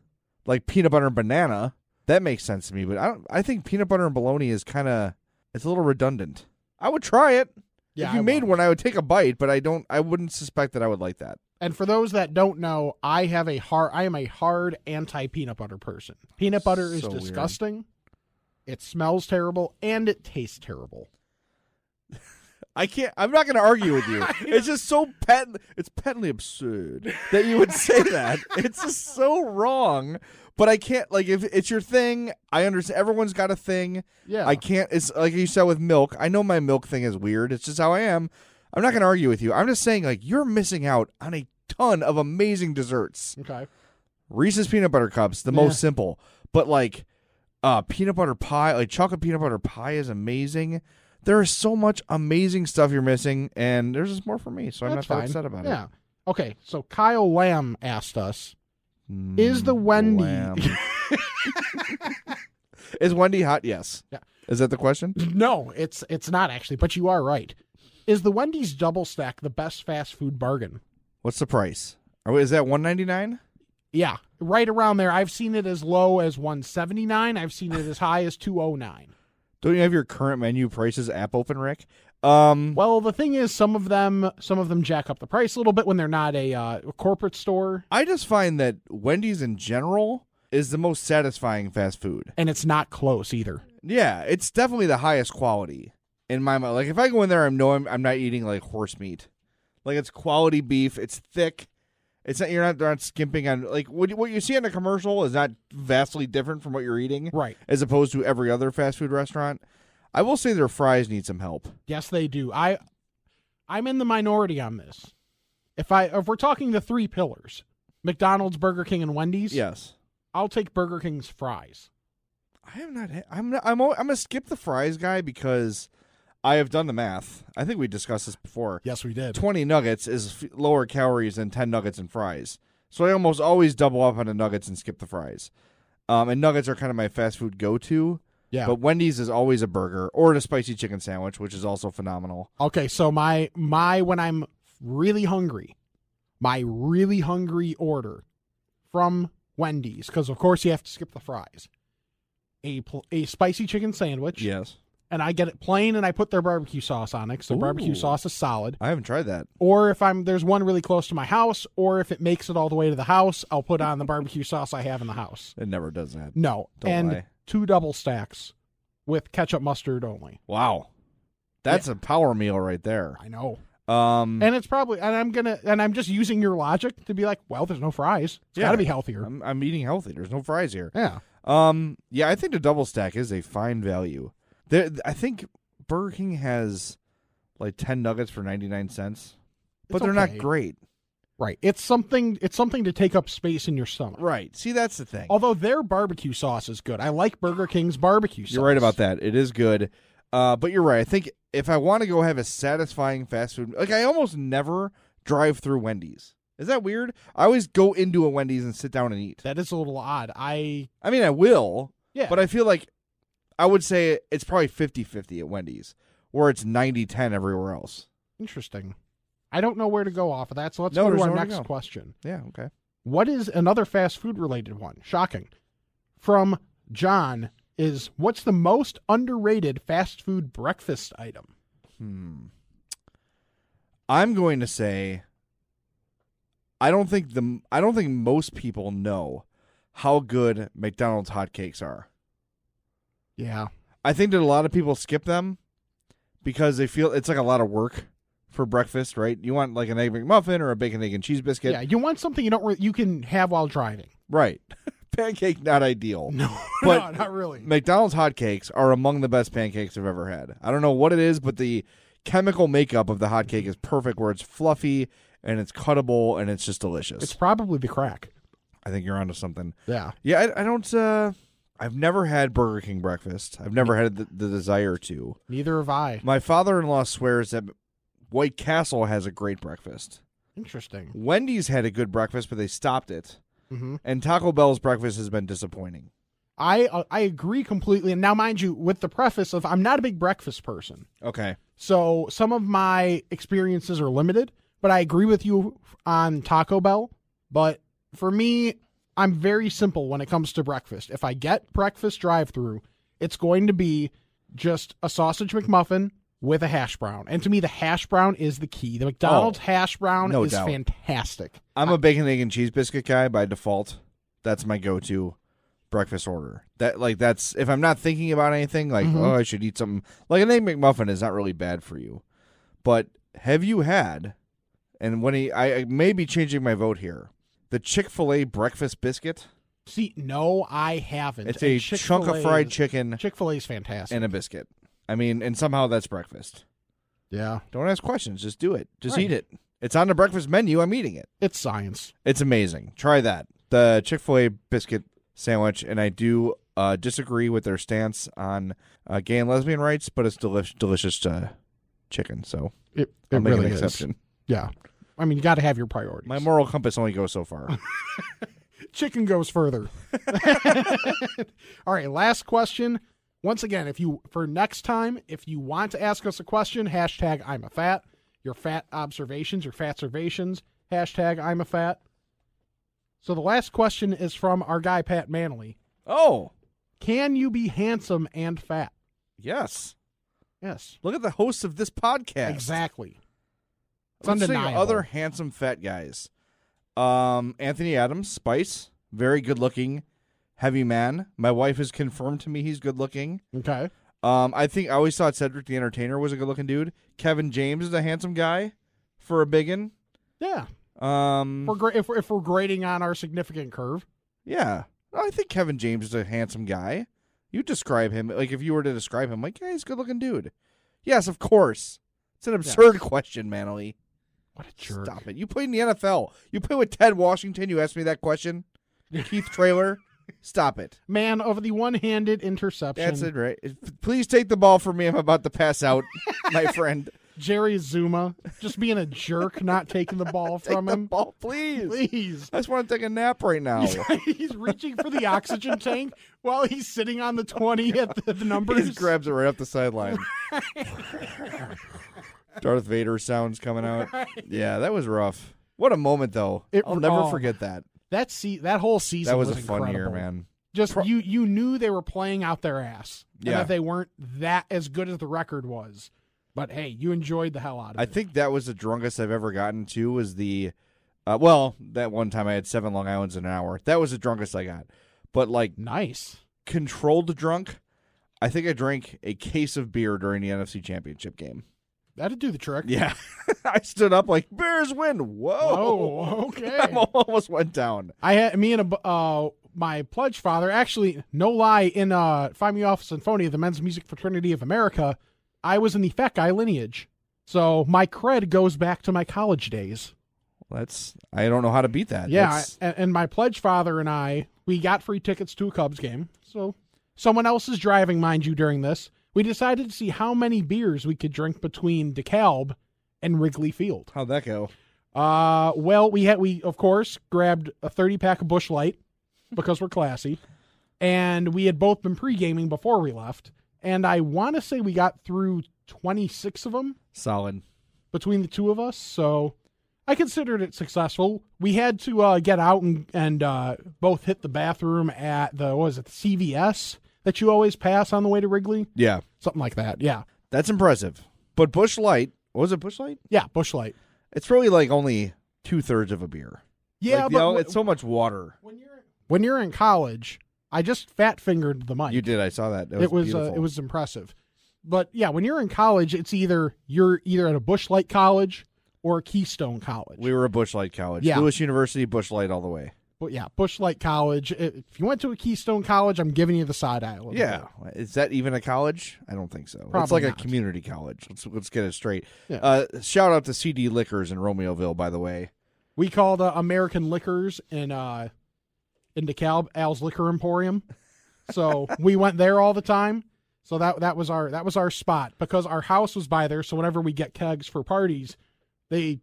[SPEAKER 7] like peanut butter and banana, That makes sense to me, but I don't I think peanut butter and bologna is kind of it's a little redundant. I would try it.
[SPEAKER 8] Yeah,
[SPEAKER 7] if you
[SPEAKER 8] I
[SPEAKER 7] made
[SPEAKER 8] won't.
[SPEAKER 7] one, I would take a bite, but I don't I wouldn't suspect that I would like that.
[SPEAKER 8] And for those that don't know, I have a hard I am a hard anti peanut butter person. Peanut butter is
[SPEAKER 7] So weird.
[SPEAKER 8] disgusting. It smells terrible and it tastes terrible.
[SPEAKER 7] I can't. I'm not going to argue with you. it's just so pet. It's patently absurd that you would say that. it's just so wrong. But I can't. Like, if it's your thing, I understand. Everyone's got a thing.
[SPEAKER 8] Yeah.
[SPEAKER 7] I can't. It's like you said with milk. I know my milk thing is weird. It's just how I am. I'm not going to argue with you. I'm just saying, like, you're missing out on a ton of amazing desserts.
[SPEAKER 8] Okay.
[SPEAKER 7] Reese's peanut butter cups, the most simple. But like uh peanut butter pie, like chocolate peanut butter pie is amazing. There is so much amazing stuff you're missing, and there's just more for me, so I'm
[SPEAKER 8] That's
[SPEAKER 7] not that
[SPEAKER 8] fine.
[SPEAKER 7] upset about
[SPEAKER 8] yeah.
[SPEAKER 7] it.
[SPEAKER 8] Okay. So Kyle Lamb asked us,
[SPEAKER 7] Mm,
[SPEAKER 8] Is the Wendy-
[SPEAKER 7] lamb. is Wendy hot? Yes.
[SPEAKER 8] Yeah.
[SPEAKER 7] Is that the question?
[SPEAKER 8] No, it's it's not actually, but you are right. Is the Wendy's double stack the best fast food bargain?
[SPEAKER 7] What's the price? Are we, is that one ninety nine?
[SPEAKER 8] Yeah, right around there. I've seen it as low as 179. I've seen it as high as 209.
[SPEAKER 7] Don't you have your current menu prices app open, Rick? Um
[SPEAKER 8] Well, the thing is, some of them, some of them jack up the price a little bit when they're not a, uh, a corporate store,
[SPEAKER 7] I just find that Wendy's in general is the most satisfying fast food.
[SPEAKER 8] and it's not close either.
[SPEAKER 7] Yeah, it's definitely the highest quality in my mind. Like if I go in there, I'm no, I'm, I'm not eating like horse meat. Like it's quality beef. It's thick. It's not you're not they're not skimping on like what you- what you see in a commercial is not vastly different from what you're eating,
[SPEAKER 8] Right.
[SPEAKER 7] As opposed to every other fast food restaurant. I will say their fries need some help.
[SPEAKER 8] Yes, they do. I, I'm in the minority on this. If I, if we're talking the three pillars, McDonald's, Burger King, and Wendy's,
[SPEAKER 7] Yes,
[SPEAKER 8] I'll take Burger King's fries.
[SPEAKER 7] I am not. I'm not. I'm. al- I'm gonna skip the fries guy because I have done the math. I think we discussed this before.
[SPEAKER 8] Yes, we did.
[SPEAKER 7] 20 nuggets is f- lower calories than 10 nuggets and fries. So I almost always double up on the nuggets and skip the fries. Um, and nuggets are kind of my fast food go to.
[SPEAKER 8] Yeah.
[SPEAKER 7] But Wendy's is always a burger or a spicy chicken sandwich, which is also phenomenal.
[SPEAKER 8] Okay, so my my when I'm really hungry, my really hungry order from Wendy's because of course you have to skip the fries. A pl- a spicy chicken sandwich,
[SPEAKER 7] Yes.
[SPEAKER 8] and I get it plain, and I put their barbecue sauce on it. 'cause Their barbecue
[SPEAKER 7] Ooh.
[SPEAKER 8] sauce is solid.
[SPEAKER 7] I haven't tried that.
[SPEAKER 8] Or if I'm there's one really close to my house, or if it makes it all the way to the house, I'll put on the barbecue sauce I have in the house.
[SPEAKER 7] It never does that.
[SPEAKER 8] No,
[SPEAKER 7] Don't
[SPEAKER 8] and
[SPEAKER 7] lie.
[SPEAKER 8] two double stacks with ketchup mustard only.
[SPEAKER 7] Wow. That's a power meal right there.
[SPEAKER 8] I know.
[SPEAKER 7] Um,
[SPEAKER 8] And it's probably, and I'm gonna, and I'm just using your logic to be like, well, there's no fries. It's
[SPEAKER 7] Yeah.
[SPEAKER 8] got to be healthier.
[SPEAKER 7] I'm, I'm eating healthy. There's no fries here.
[SPEAKER 8] yeah.
[SPEAKER 7] Um, yeah, I think the double stack is a fine value. There, I think Burger King has like ten nuggets for ninety nine cents, but
[SPEAKER 8] It's
[SPEAKER 7] they're
[SPEAKER 8] okay.
[SPEAKER 7] not great.
[SPEAKER 8] Right. It's something. It's something to take up space in your stomach.
[SPEAKER 7] Right. See, that's the thing.
[SPEAKER 8] Although their barbecue sauce is good. I like Burger King's barbecue sauce.
[SPEAKER 7] You're right about that. It is good. Uh, but you're right. I think if I want to go have a satisfying fast food, like I almost never drive through Wendy's. Is that weird? I always go into a Wendy's and sit down and eat.
[SPEAKER 8] That is a little odd. I
[SPEAKER 7] I mean, I will,
[SPEAKER 8] yeah.
[SPEAKER 7] but I feel like I would say it's probably 50-50 at Wendy's, where it's 90-10 everywhere else.
[SPEAKER 8] interesting. I don't know where to go off of that. So let's
[SPEAKER 7] No,
[SPEAKER 8] go to
[SPEAKER 7] there's
[SPEAKER 8] our
[SPEAKER 7] nowhere to
[SPEAKER 8] next
[SPEAKER 7] go.
[SPEAKER 8] question.
[SPEAKER 7] Yeah. Okay.
[SPEAKER 8] What is another fast food related one? Shocking. From John is what's the most underrated fast food breakfast item?
[SPEAKER 7] Hmm. I'm going to say I don't think the I don't think most people know how good McDonald's hotcakes are.
[SPEAKER 8] Yeah.
[SPEAKER 7] I think that a lot of people skip them because they feel it's like a lot of work for breakfast, right? You want like an egg McMuffin or a bacon egg and cheese biscuit.
[SPEAKER 8] Yeah, you want something you don't re- you can have while driving.
[SPEAKER 7] Right. Pancake not ideal.
[SPEAKER 8] No,
[SPEAKER 7] But-
[SPEAKER 8] no, not really.
[SPEAKER 7] McDonald's hotcakes are among the best pancakes I've ever had. I don't know what it is, but the chemical makeup of the hotcake is perfect where it's fluffy and it's cuttable and it's just delicious.
[SPEAKER 8] It's probably the crack.
[SPEAKER 7] I think you're onto something.
[SPEAKER 8] Yeah,
[SPEAKER 7] Yeah, I, I don't. Uh, I've never had Burger King breakfast. I've never had the, the desire to.
[SPEAKER 8] neither have I.
[SPEAKER 7] My father-in-law swears that White Castle has a great breakfast.
[SPEAKER 8] Interesting.
[SPEAKER 7] Wendy's had a good breakfast, but they stopped it.
[SPEAKER 8] hmm
[SPEAKER 7] And Taco Bell's breakfast has been disappointing.
[SPEAKER 8] I uh, I agree completely. And now, mind you, with the preface of I'm not a big breakfast person,
[SPEAKER 7] Okay.
[SPEAKER 8] so some of my experiences are limited. But I agree with you on Taco Bell. But for me, I'm very simple when it comes to breakfast. If I get breakfast drive through, it's going to be just a sausage McMuffin with a hash brown. And to me, the hash brown is the key. The McDonald's hash brown
[SPEAKER 7] Oh, no
[SPEAKER 8] is
[SPEAKER 7] doubt.
[SPEAKER 8] fantastic.
[SPEAKER 7] I'm a bacon, egg, and cheese biscuit guy by default. That's my go-to breakfast order. That like that's if I'm not thinking about anything, like oh, I should eat something. Like an egg McMuffin is not really bad for you, but have you had? And when he, I, I may be changing my vote here. The Chick Fil A breakfast biscuit.
[SPEAKER 8] See, no, I haven't.
[SPEAKER 7] It's a chunk of fried chicken
[SPEAKER 8] Chick Fil A is fantastic.
[SPEAKER 7] and a biscuit. I mean, and somehow that's breakfast.
[SPEAKER 8] yeah,
[SPEAKER 7] Don't ask questions. Just do it. Just
[SPEAKER 8] Right.
[SPEAKER 7] eat it. It's on the breakfast menu. I'm eating it.
[SPEAKER 8] it's science.
[SPEAKER 7] It's amazing. Try that. The Chick fil A biscuit sandwich. And I do uh, disagree with their stance on uh, gay and lesbian rights, but it's delish- delicious uh, chicken. So
[SPEAKER 8] It, it
[SPEAKER 7] I'll make
[SPEAKER 8] really
[SPEAKER 7] an
[SPEAKER 8] is.
[SPEAKER 7] exception.
[SPEAKER 8] Yeah, I mean, you got to have your priorities.
[SPEAKER 7] My moral compass only goes so far.
[SPEAKER 8] chicken goes further. All right, last question. Once again, if you for next time, if you want to ask us a question, hashtag I'm a fat. Your fat observations, your fat observations, hashtag I'm a fat. So the last question is from our guy Pat Manley.
[SPEAKER 7] oh,
[SPEAKER 8] Can you be handsome and fat?
[SPEAKER 7] yes.
[SPEAKER 8] Yes,
[SPEAKER 7] Look at the hosts of this podcast.
[SPEAKER 8] exactly. It's
[SPEAKER 7] Let's see
[SPEAKER 8] undeniable.
[SPEAKER 7] Other handsome fat guys. Um, Anthony Adams, Spice, very good looking, heavy man. My wife has confirmed to me he's good looking.
[SPEAKER 8] Okay.
[SPEAKER 7] Um, I think I always thought Cedric the Entertainer was a good looking dude. Kevin James is a handsome guy for a biggin.
[SPEAKER 8] Yeah.
[SPEAKER 7] Um,
[SPEAKER 8] We're gra- if, we're, if we're grading on our significant curve,
[SPEAKER 7] yeah, I think Kevin James is a handsome guy. You describe him like if you were to describe him, like yeah, he's a good looking dude. Yes, of course. It's an absurd question, Manley.
[SPEAKER 8] what a jerk.
[SPEAKER 7] Stop it. You played in the NFL. You played with Ted Washington. You asked me that question. Keith Trailer. Stop it.
[SPEAKER 8] Man of the one-handed interception.
[SPEAKER 7] That's it, right? Please take the ball from me. I'm about to pass out, my friend.
[SPEAKER 8] Jerry Zuma just being a jerk, not taking the ball
[SPEAKER 7] Take
[SPEAKER 8] from
[SPEAKER 7] the
[SPEAKER 8] him.
[SPEAKER 7] ball, please.
[SPEAKER 8] Please.
[SPEAKER 7] I just want to take a nap right now.
[SPEAKER 8] He's, he's reaching for the oxygen tank while he's sitting on the 20 at the, the
[SPEAKER 7] he
[SPEAKER 8] numbers.
[SPEAKER 7] just grabs it right up the sideline. Darth Vader sounds coming out. Yeah, that was rough. What a moment, though.
[SPEAKER 8] It-
[SPEAKER 7] I'll never
[SPEAKER 8] oh.
[SPEAKER 7] forget that.
[SPEAKER 8] that se- that whole season
[SPEAKER 7] That was, a fun
[SPEAKER 8] incredible.
[SPEAKER 7] year, man.
[SPEAKER 8] Just you you knew they were playing out their ass. and
[SPEAKER 7] Yeah.
[SPEAKER 8] that they weren't that as good as the record was. But hey, you enjoyed the hell out of
[SPEAKER 7] I
[SPEAKER 8] it.
[SPEAKER 7] think that was the drunkest I've ever gotten to. Was the, uh, well, that one time I had seven Long Island's in an hour. That was the drunkest I got. But like
[SPEAKER 8] nice.
[SPEAKER 7] controlled drunk, I think I drank a case of beer during the NFC Championship game.
[SPEAKER 8] That'd do the trick.
[SPEAKER 7] Yeah, I stood up like Bears win. Whoa,
[SPEAKER 8] Oh, okay.
[SPEAKER 7] I almost went down.
[SPEAKER 8] I had me and a bu- uh, my pledge father actually no lie in uh find me off Sinfonia the men's music fraternity of America. I was in the fat guy lineage, so my cred goes back to my college days.
[SPEAKER 7] That's I don't know how to beat that.
[SPEAKER 8] yeah,
[SPEAKER 7] That's-
[SPEAKER 8] and, and my pledge father and I we got free tickets to a Cubs game. So someone else is driving, mind you, during this. We decided to see how many beers we could drink between DeKalb and Wrigley Field.
[SPEAKER 7] how'd that go?
[SPEAKER 8] Uh, well, we had we of course grabbed a thirty pack of Bush Light because we're classy, and we had both been pre gaming before we left. And I want to say we got through twenty six of them
[SPEAKER 7] Solid.
[SPEAKER 8] between the two of us, so I considered it successful. We had to uh, get out and and uh, both hit the bathroom at the what was it the CVS that you always pass on the way to Wrigley,
[SPEAKER 7] Yeah,
[SPEAKER 8] something like that. Yeah,
[SPEAKER 7] that's impressive. But Bush Light, what was it? Bush Light?
[SPEAKER 8] yeah, Bush Light.
[SPEAKER 7] It's really like only two thirds of a beer.
[SPEAKER 8] Yeah,
[SPEAKER 7] Like,
[SPEAKER 8] but
[SPEAKER 7] you know,
[SPEAKER 8] wh-
[SPEAKER 7] it's so much water.
[SPEAKER 8] when you're in college, I just fat fingered the mic.
[SPEAKER 7] You did. I saw that.
[SPEAKER 8] it was uh,
[SPEAKER 7] beautiful.
[SPEAKER 8] it was impressive. But yeah, when you're in college, it's either you're either at a Bushlight college or a Keystone college.
[SPEAKER 7] We were a Bush Light college.
[SPEAKER 8] Yeah.
[SPEAKER 7] Lewis University Bush Light all the way.
[SPEAKER 8] but yeah, Bushlight college. i- If you went to a Keystone college, I'm giving you the side eye. a little
[SPEAKER 7] Yeah.
[SPEAKER 8] bit.
[SPEAKER 7] Is that even a college? I don't think so. it's
[SPEAKER 8] Probably
[SPEAKER 7] like
[SPEAKER 8] not.
[SPEAKER 7] a community college. Let's let's get it straight.
[SPEAKER 8] Yeah.
[SPEAKER 7] Uh, shout out to CD Liquors in Romeoville, by the way.
[SPEAKER 8] we called uh, American Liquors in uh in DeKalb Al's Liquor Emporium. So we went there all the time. So that that was our that was our spot because our house was by there. So whenever we get kegs for parties, they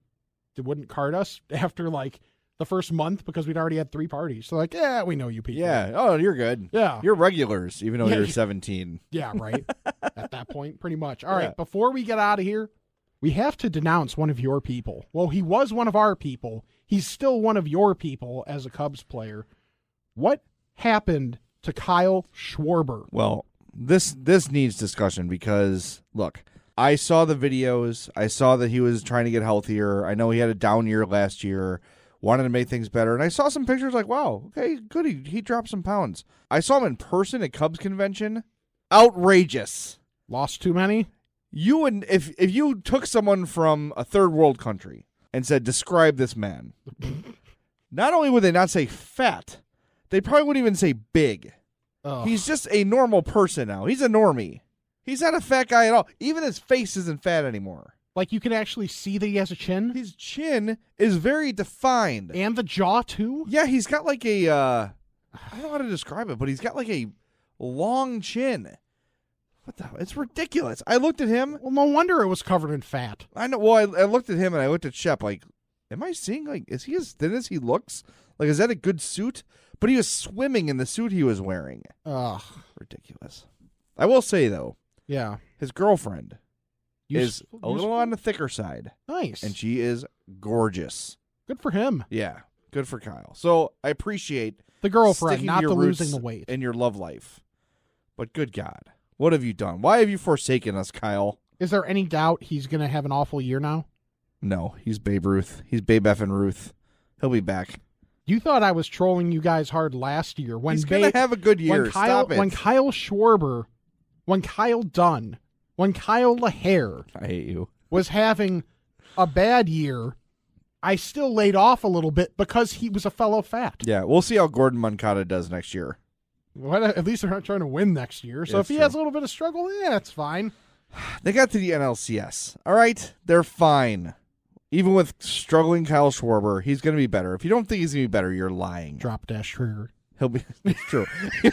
[SPEAKER 8] they wouldn't card us after like the first month because we'd already had three parties. So like, yeah, we know you people.
[SPEAKER 7] Yeah. Oh, you're good.
[SPEAKER 8] Yeah.
[SPEAKER 7] You're regulars, even though
[SPEAKER 8] Yeah,
[SPEAKER 7] you're
[SPEAKER 8] you-
[SPEAKER 7] 17.
[SPEAKER 8] Yeah, right. At that point, pretty much. All right,
[SPEAKER 7] Yeah.
[SPEAKER 8] before we get out of here, we have to denounce one of your people. Well, he was one of our people. He's still one of your people as a Cubs player. What happened to Kyle Schwarber?
[SPEAKER 7] Well, this this needs discussion because look, I saw the videos. I saw that he was trying to get healthier. I know he had a down year last year, wanted to make things better, and I saw some pictures like, wow, okay, good. He, he dropped some pounds. I saw him in person at Cubs convention. Outrageous.
[SPEAKER 8] Lost too many?
[SPEAKER 7] You and if if you took someone from a third world country and said describe this man, not only would they not say fat, they probably wouldn't even say big.
[SPEAKER 8] Oh,
[SPEAKER 7] He's just a normal person now. He's a normie. He's not a fat guy at all. Even his face isn't fat anymore.
[SPEAKER 8] like you can actually see that he has a chin
[SPEAKER 7] His chin is very defined.
[SPEAKER 8] and the jaw too.
[SPEAKER 7] yeah, he's got like a uh I don't know how to describe it, but he's got like a long chin. What the it's ridiculous. I looked at him.
[SPEAKER 8] Well, no wonder it was covered in fat.
[SPEAKER 7] I know well, I, I looked at him and I looked at Shep like, am I seeing like is he as thin as he looks? Like is that a good suit? But he was swimming in the suit he was wearing.
[SPEAKER 8] Ugh.
[SPEAKER 7] Ridiculous. I will say though,
[SPEAKER 8] Yeah.
[SPEAKER 7] his girlfriend
[SPEAKER 8] You
[SPEAKER 7] is
[SPEAKER 8] s-
[SPEAKER 7] a
[SPEAKER 8] you
[SPEAKER 7] little
[SPEAKER 8] s-
[SPEAKER 7] on the thicker side,
[SPEAKER 8] nice.
[SPEAKER 7] and she is gorgeous.
[SPEAKER 8] Good for him.
[SPEAKER 7] Yeah, good for Kyle. So I appreciate
[SPEAKER 8] The girlfriend,
[SPEAKER 7] sticking to
[SPEAKER 8] not
[SPEAKER 7] your
[SPEAKER 8] the losing
[SPEAKER 7] roots
[SPEAKER 8] the weight.
[SPEAKER 7] in your love life. But good God, what have you done? Why have you forsaken us, Kyle?
[SPEAKER 8] Is there any doubt he's going to have an awful year now?
[SPEAKER 7] No, he's Babe Ruth. He's Babe effing Ruth. He'll be back.
[SPEAKER 8] You thought I was trolling you guys hard last year when
[SPEAKER 7] he's
[SPEAKER 8] Babe,
[SPEAKER 7] gonna have a good year.
[SPEAKER 8] when Kyle,
[SPEAKER 7] Stop it.
[SPEAKER 8] when Kyle Schwarber, when Kyle Dunn, when Kyle LaHare
[SPEAKER 7] I hate you.
[SPEAKER 8] was having a bad year, I still laid off a little bit because he was a fellow fat.
[SPEAKER 7] Yeah, we'll see how Gordon Moncada does next year.
[SPEAKER 8] What, at least they're not trying to win next year. So
[SPEAKER 7] Yeah,
[SPEAKER 8] if he
[SPEAKER 7] true.
[SPEAKER 8] has a little bit of struggle, yeah, that's fine.
[SPEAKER 7] They got to the NLCS. All right, they're fine. Even with struggling Kyle Schwarber, he's going to be better. If you don't think he's going to be better, you're lying.
[SPEAKER 8] Drop dash trigger.
[SPEAKER 7] He'll be it's true,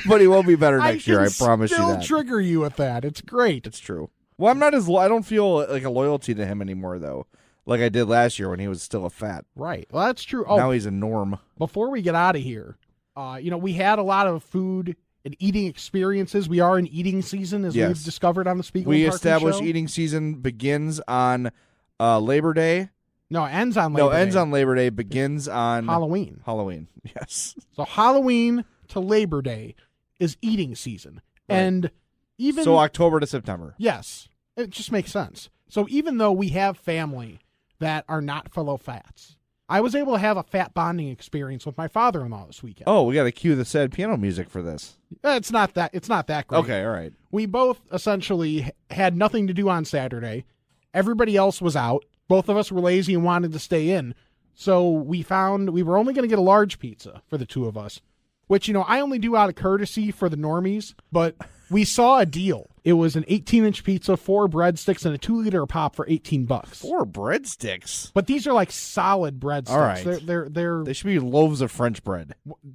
[SPEAKER 7] but he will be better next
[SPEAKER 8] I
[SPEAKER 7] year. I
[SPEAKER 8] can
[SPEAKER 7] promise you
[SPEAKER 8] still
[SPEAKER 7] that.
[SPEAKER 8] trigger you with that. It's great.
[SPEAKER 7] it's true. Well, I'm not as lo- I don't feel like a loyalty to him anymore though, like I did last year when he was still a fat.
[SPEAKER 8] Right. Well, that's true. Oh,
[SPEAKER 7] Now he's a norm.
[SPEAKER 8] before we get out of here, uh, you know, we had a lot of food and eating experiences. We are in eating season, as
[SPEAKER 7] Yes.
[SPEAKER 8] we've discovered on the Speaking.
[SPEAKER 7] We
[SPEAKER 8] of Parkland
[SPEAKER 7] established
[SPEAKER 8] show.
[SPEAKER 7] eating season begins on uh, Labor Day.
[SPEAKER 8] No, it ends on
[SPEAKER 7] no,
[SPEAKER 8] Labor
[SPEAKER 7] ends
[SPEAKER 8] Day.
[SPEAKER 7] on Labor Day. Begins on
[SPEAKER 8] Halloween.
[SPEAKER 7] Halloween. Yes,
[SPEAKER 8] So Halloween to Labor Day is eating season,
[SPEAKER 7] Right.
[SPEAKER 8] and even
[SPEAKER 7] so October to September.
[SPEAKER 8] yes, it just makes sense. So even though we have family that are not fellow fats, I was able to have a fat bonding experience with my father-in-law this weekend.
[SPEAKER 7] Oh, we got to cue the sad piano music for this.
[SPEAKER 8] Eh, It's not that it's not that great.
[SPEAKER 7] Okay, all right.
[SPEAKER 8] we both essentially h- had nothing to do on Saturday. Everybody else was out. Both of us were lazy and wanted to stay in. So we found we were only going to get a large pizza for the two of us, which, you know, I only do out of courtesy for the normies, but we saw a deal. It was an 18 inch pizza, four breadsticks, and a two liter pop for 18 bucks.
[SPEAKER 7] Four breadsticks.
[SPEAKER 8] But these are like solid breadsticks.
[SPEAKER 7] All right.
[SPEAKER 8] They're, they're, they're,
[SPEAKER 7] They should be loaves of French bread.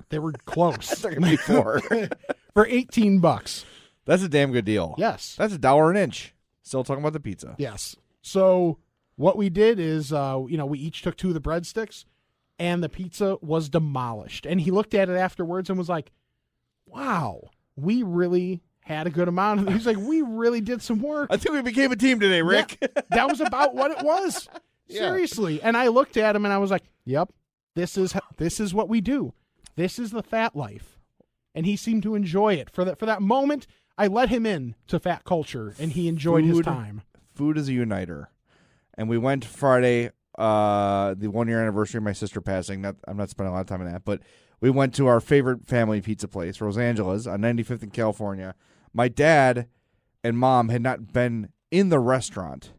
[SPEAKER 8] they were close
[SPEAKER 7] They're gonna be four.
[SPEAKER 8] for 18 bucks.
[SPEAKER 7] That's a damn good deal.
[SPEAKER 8] Yes.
[SPEAKER 7] That's a dollar an inch. Still talking about the pizza.
[SPEAKER 8] Yes. So what we did is, uh, you know, we each took two of the breadsticks, and the pizza was demolished. And he looked at it afterwards and was like, "Wow, we really had a good amount." of He's like, "We really did some work."
[SPEAKER 7] I think we became a team today, Rick.
[SPEAKER 8] Yeah, that was about what it was.
[SPEAKER 7] Yeah.
[SPEAKER 8] Seriously. And I looked at him and I was like, "Yep, this is this is what we do. This is the fat life." And he seemed to enjoy it for that for that moment. I let him in to fat culture, and he enjoyed his
[SPEAKER 7] Food.
[SPEAKER 8] time.
[SPEAKER 7] Food is a uniter. And we went Friday, uh, the one year anniversary of my sister passing. Not, I'm not spending a lot of time on that, but we went to our favorite family pizza place, Rosangela's, on 95th in California. My dad and mom had not been in the restaurant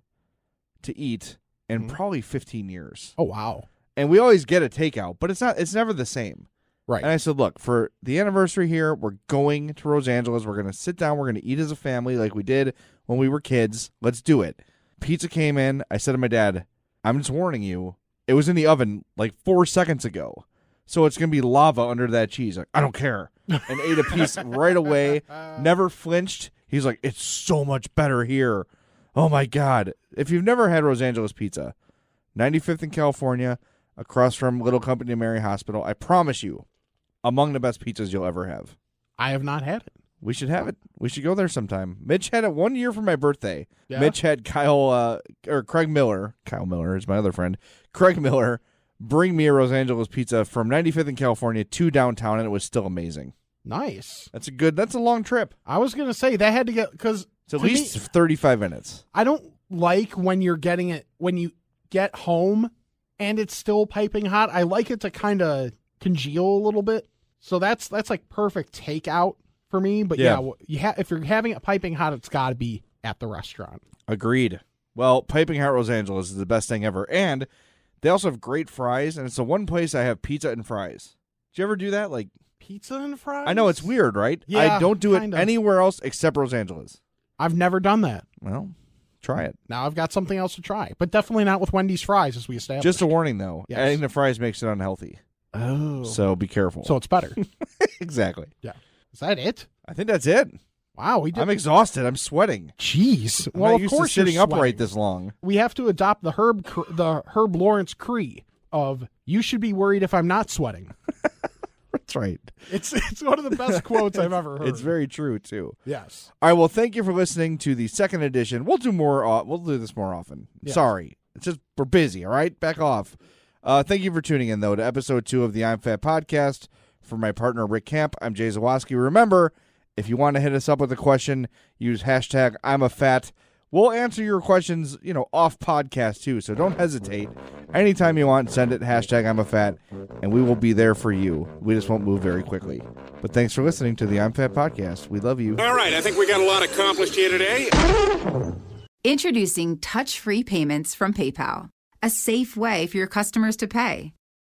[SPEAKER 7] to eat
[SPEAKER 8] Hmm.
[SPEAKER 7] in probably 15 years.
[SPEAKER 8] Oh wow!
[SPEAKER 7] and we always get a takeout, but it's not it's never the same.
[SPEAKER 8] Right.
[SPEAKER 7] And I said, look, for the anniversary here, we're going to Rose Angela's. We're gonna sit down, we're gonna eat as a family like we did when we were kids. Let's do it. Pizza came in. I said to my dad, I'm just warning you, it was in the oven like four seconds ago. So it's gonna be lava under that cheese. Like, I don't care. And ate a piece right away, never flinched. He's like, It's so much better here. Oh my god. If you've never had Rose Angela's pizza, 95th in California, across from Little Company of Mary Hospital. I promise you, among the best pizzas you'll ever have.
[SPEAKER 8] I have not had it.
[SPEAKER 7] We should have it. We should go there sometime. Mitch had it one year for my birthday.
[SPEAKER 8] Yeah.
[SPEAKER 7] Mitch had Kyle uh, or Craig Miller. Kyle Miller is my other friend. Craig Miller bring me a Los Angeles pizza from 95th in California to downtown, and it was still amazing.
[SPEAKER 8] Nice.
[SPEAKER 7] That's a good. That's a long trip.
[SPEAKER 8] I was gonna say that had to get because
[SPEAKER 7] It's at least 35 minutes.
[SPEAKER 8] I don't like when you're getting it when you get home and it's still piping hot. I like it to kind of congeal a little bit. So that's that's like perfect takeout for me. But
[SPEAKER 7] Yeah.
[SPEAKER 8] yeah, wh- you ha- if you're having it piping hot, it's got to be at the restaurant.
[SPEAKER 7] Agreed. Well, Piping Hot Los Angeles is the best thing ever, and they also have great fries. And it's the one place I have pizza and fries. Do you ever do that? Like,
[SPEAKER 8] Pizza and fries.
[SPEAKER 7] I know it's weird, right? I
[SPEAKER 8] Yeah,
[SPEAKER 7] don't do
[SPEAKER 8] kinda.
[SPEAKER 7] it anywhere else except Los Angeles.
[SPEAKER 8] I've never done that.
[SPEAKER 7] Well, try it.
[SPEAKER 8] Now I've got something else to try, but definitely not with Wendy's fries, as we established.
[SPEAKER 7] Just a warning, though.
[SPEAKER 8] Yes.
[SPEAKER 7] Adding the fries makes it unhealthy,
[SPEAKER 8] oh, so,
[SPEAKER 7] so be careful.
[SPEAKER 8] it's better.
[SPEAKER 7] exactly.
[SPEAKER 8] Is that it?
[SPEAKER 7] I think that's it.
[SPEAKER 8] Wow, we did.
[SPEAKER 7] I'm exhausted. I'm sweating.
[SPEAKER 8] Jeez.
[SPEAKER 7] I'm
[SPEAKER 8] well,
[SPEAKER 7] not
[SPEAKER 8] of
[SPEAKER 7] used
[SPEAKER 8] course
[SPEAKER 7] to sitting
[SPEAKER 8] you're
[SPEAKER 7] upright
[SPEAKER 8] sweating.
[SPEAKER 7] this long.
[SPEAKER 8] we have to adopt the Herb cr- the Herb Lawrence Cree of you should be worried if I'm not sweating.
[SPEAKER 7] That's right.
[SPEAKER 8] It's it's one of the best quotes I've ever heard.
[SPEAKER 7] It's very true too.
[SPEAKER 8] yes.
[SPEAKER 7] All right. Well, thank you for listening to the second edition. We'll do more. Uh, we'll do this more often.
[SPEAKER 8] Yes.
[SPEAKER 7] Sorry, it's just we're busy. All right, back off. Uh, thank you for tuning in though to episode two of the I'm Fat podcast. For my partner Rick Camp, I'm Jay Zawoski. Remember, if you want to hit us up with a question, use hashtag I'm a fat. We'll answer your questions, you know, off podcast too. So don't hesitate. Anytime you want, send it hashtag I'm a fat, and we will be there for you. We just won't move very quickly. But thanks for listening to the I'm Fat podcast. We love you.
[SPEAKER 4] All right, I think we got a lot accomplished here today.
[SPEAKER 9] Introducing touch free payments from PayPal, a safe way for your customers to pay.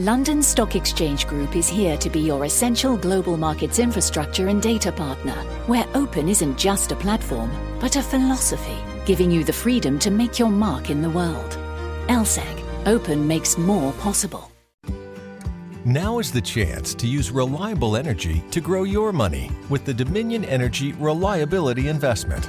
[SPEAKER 10] London Stock Exchange Group is here to be your essential global markets infrastructure and data partner, where open isn't just a platform, but a philosophy, giving you the freedom to make your mark in the world. LSEG, open makes more possible.
[SPEAKER 11] Now is the chance to use reliable energy to grow your money with the Dominion Energy Reliability Investment.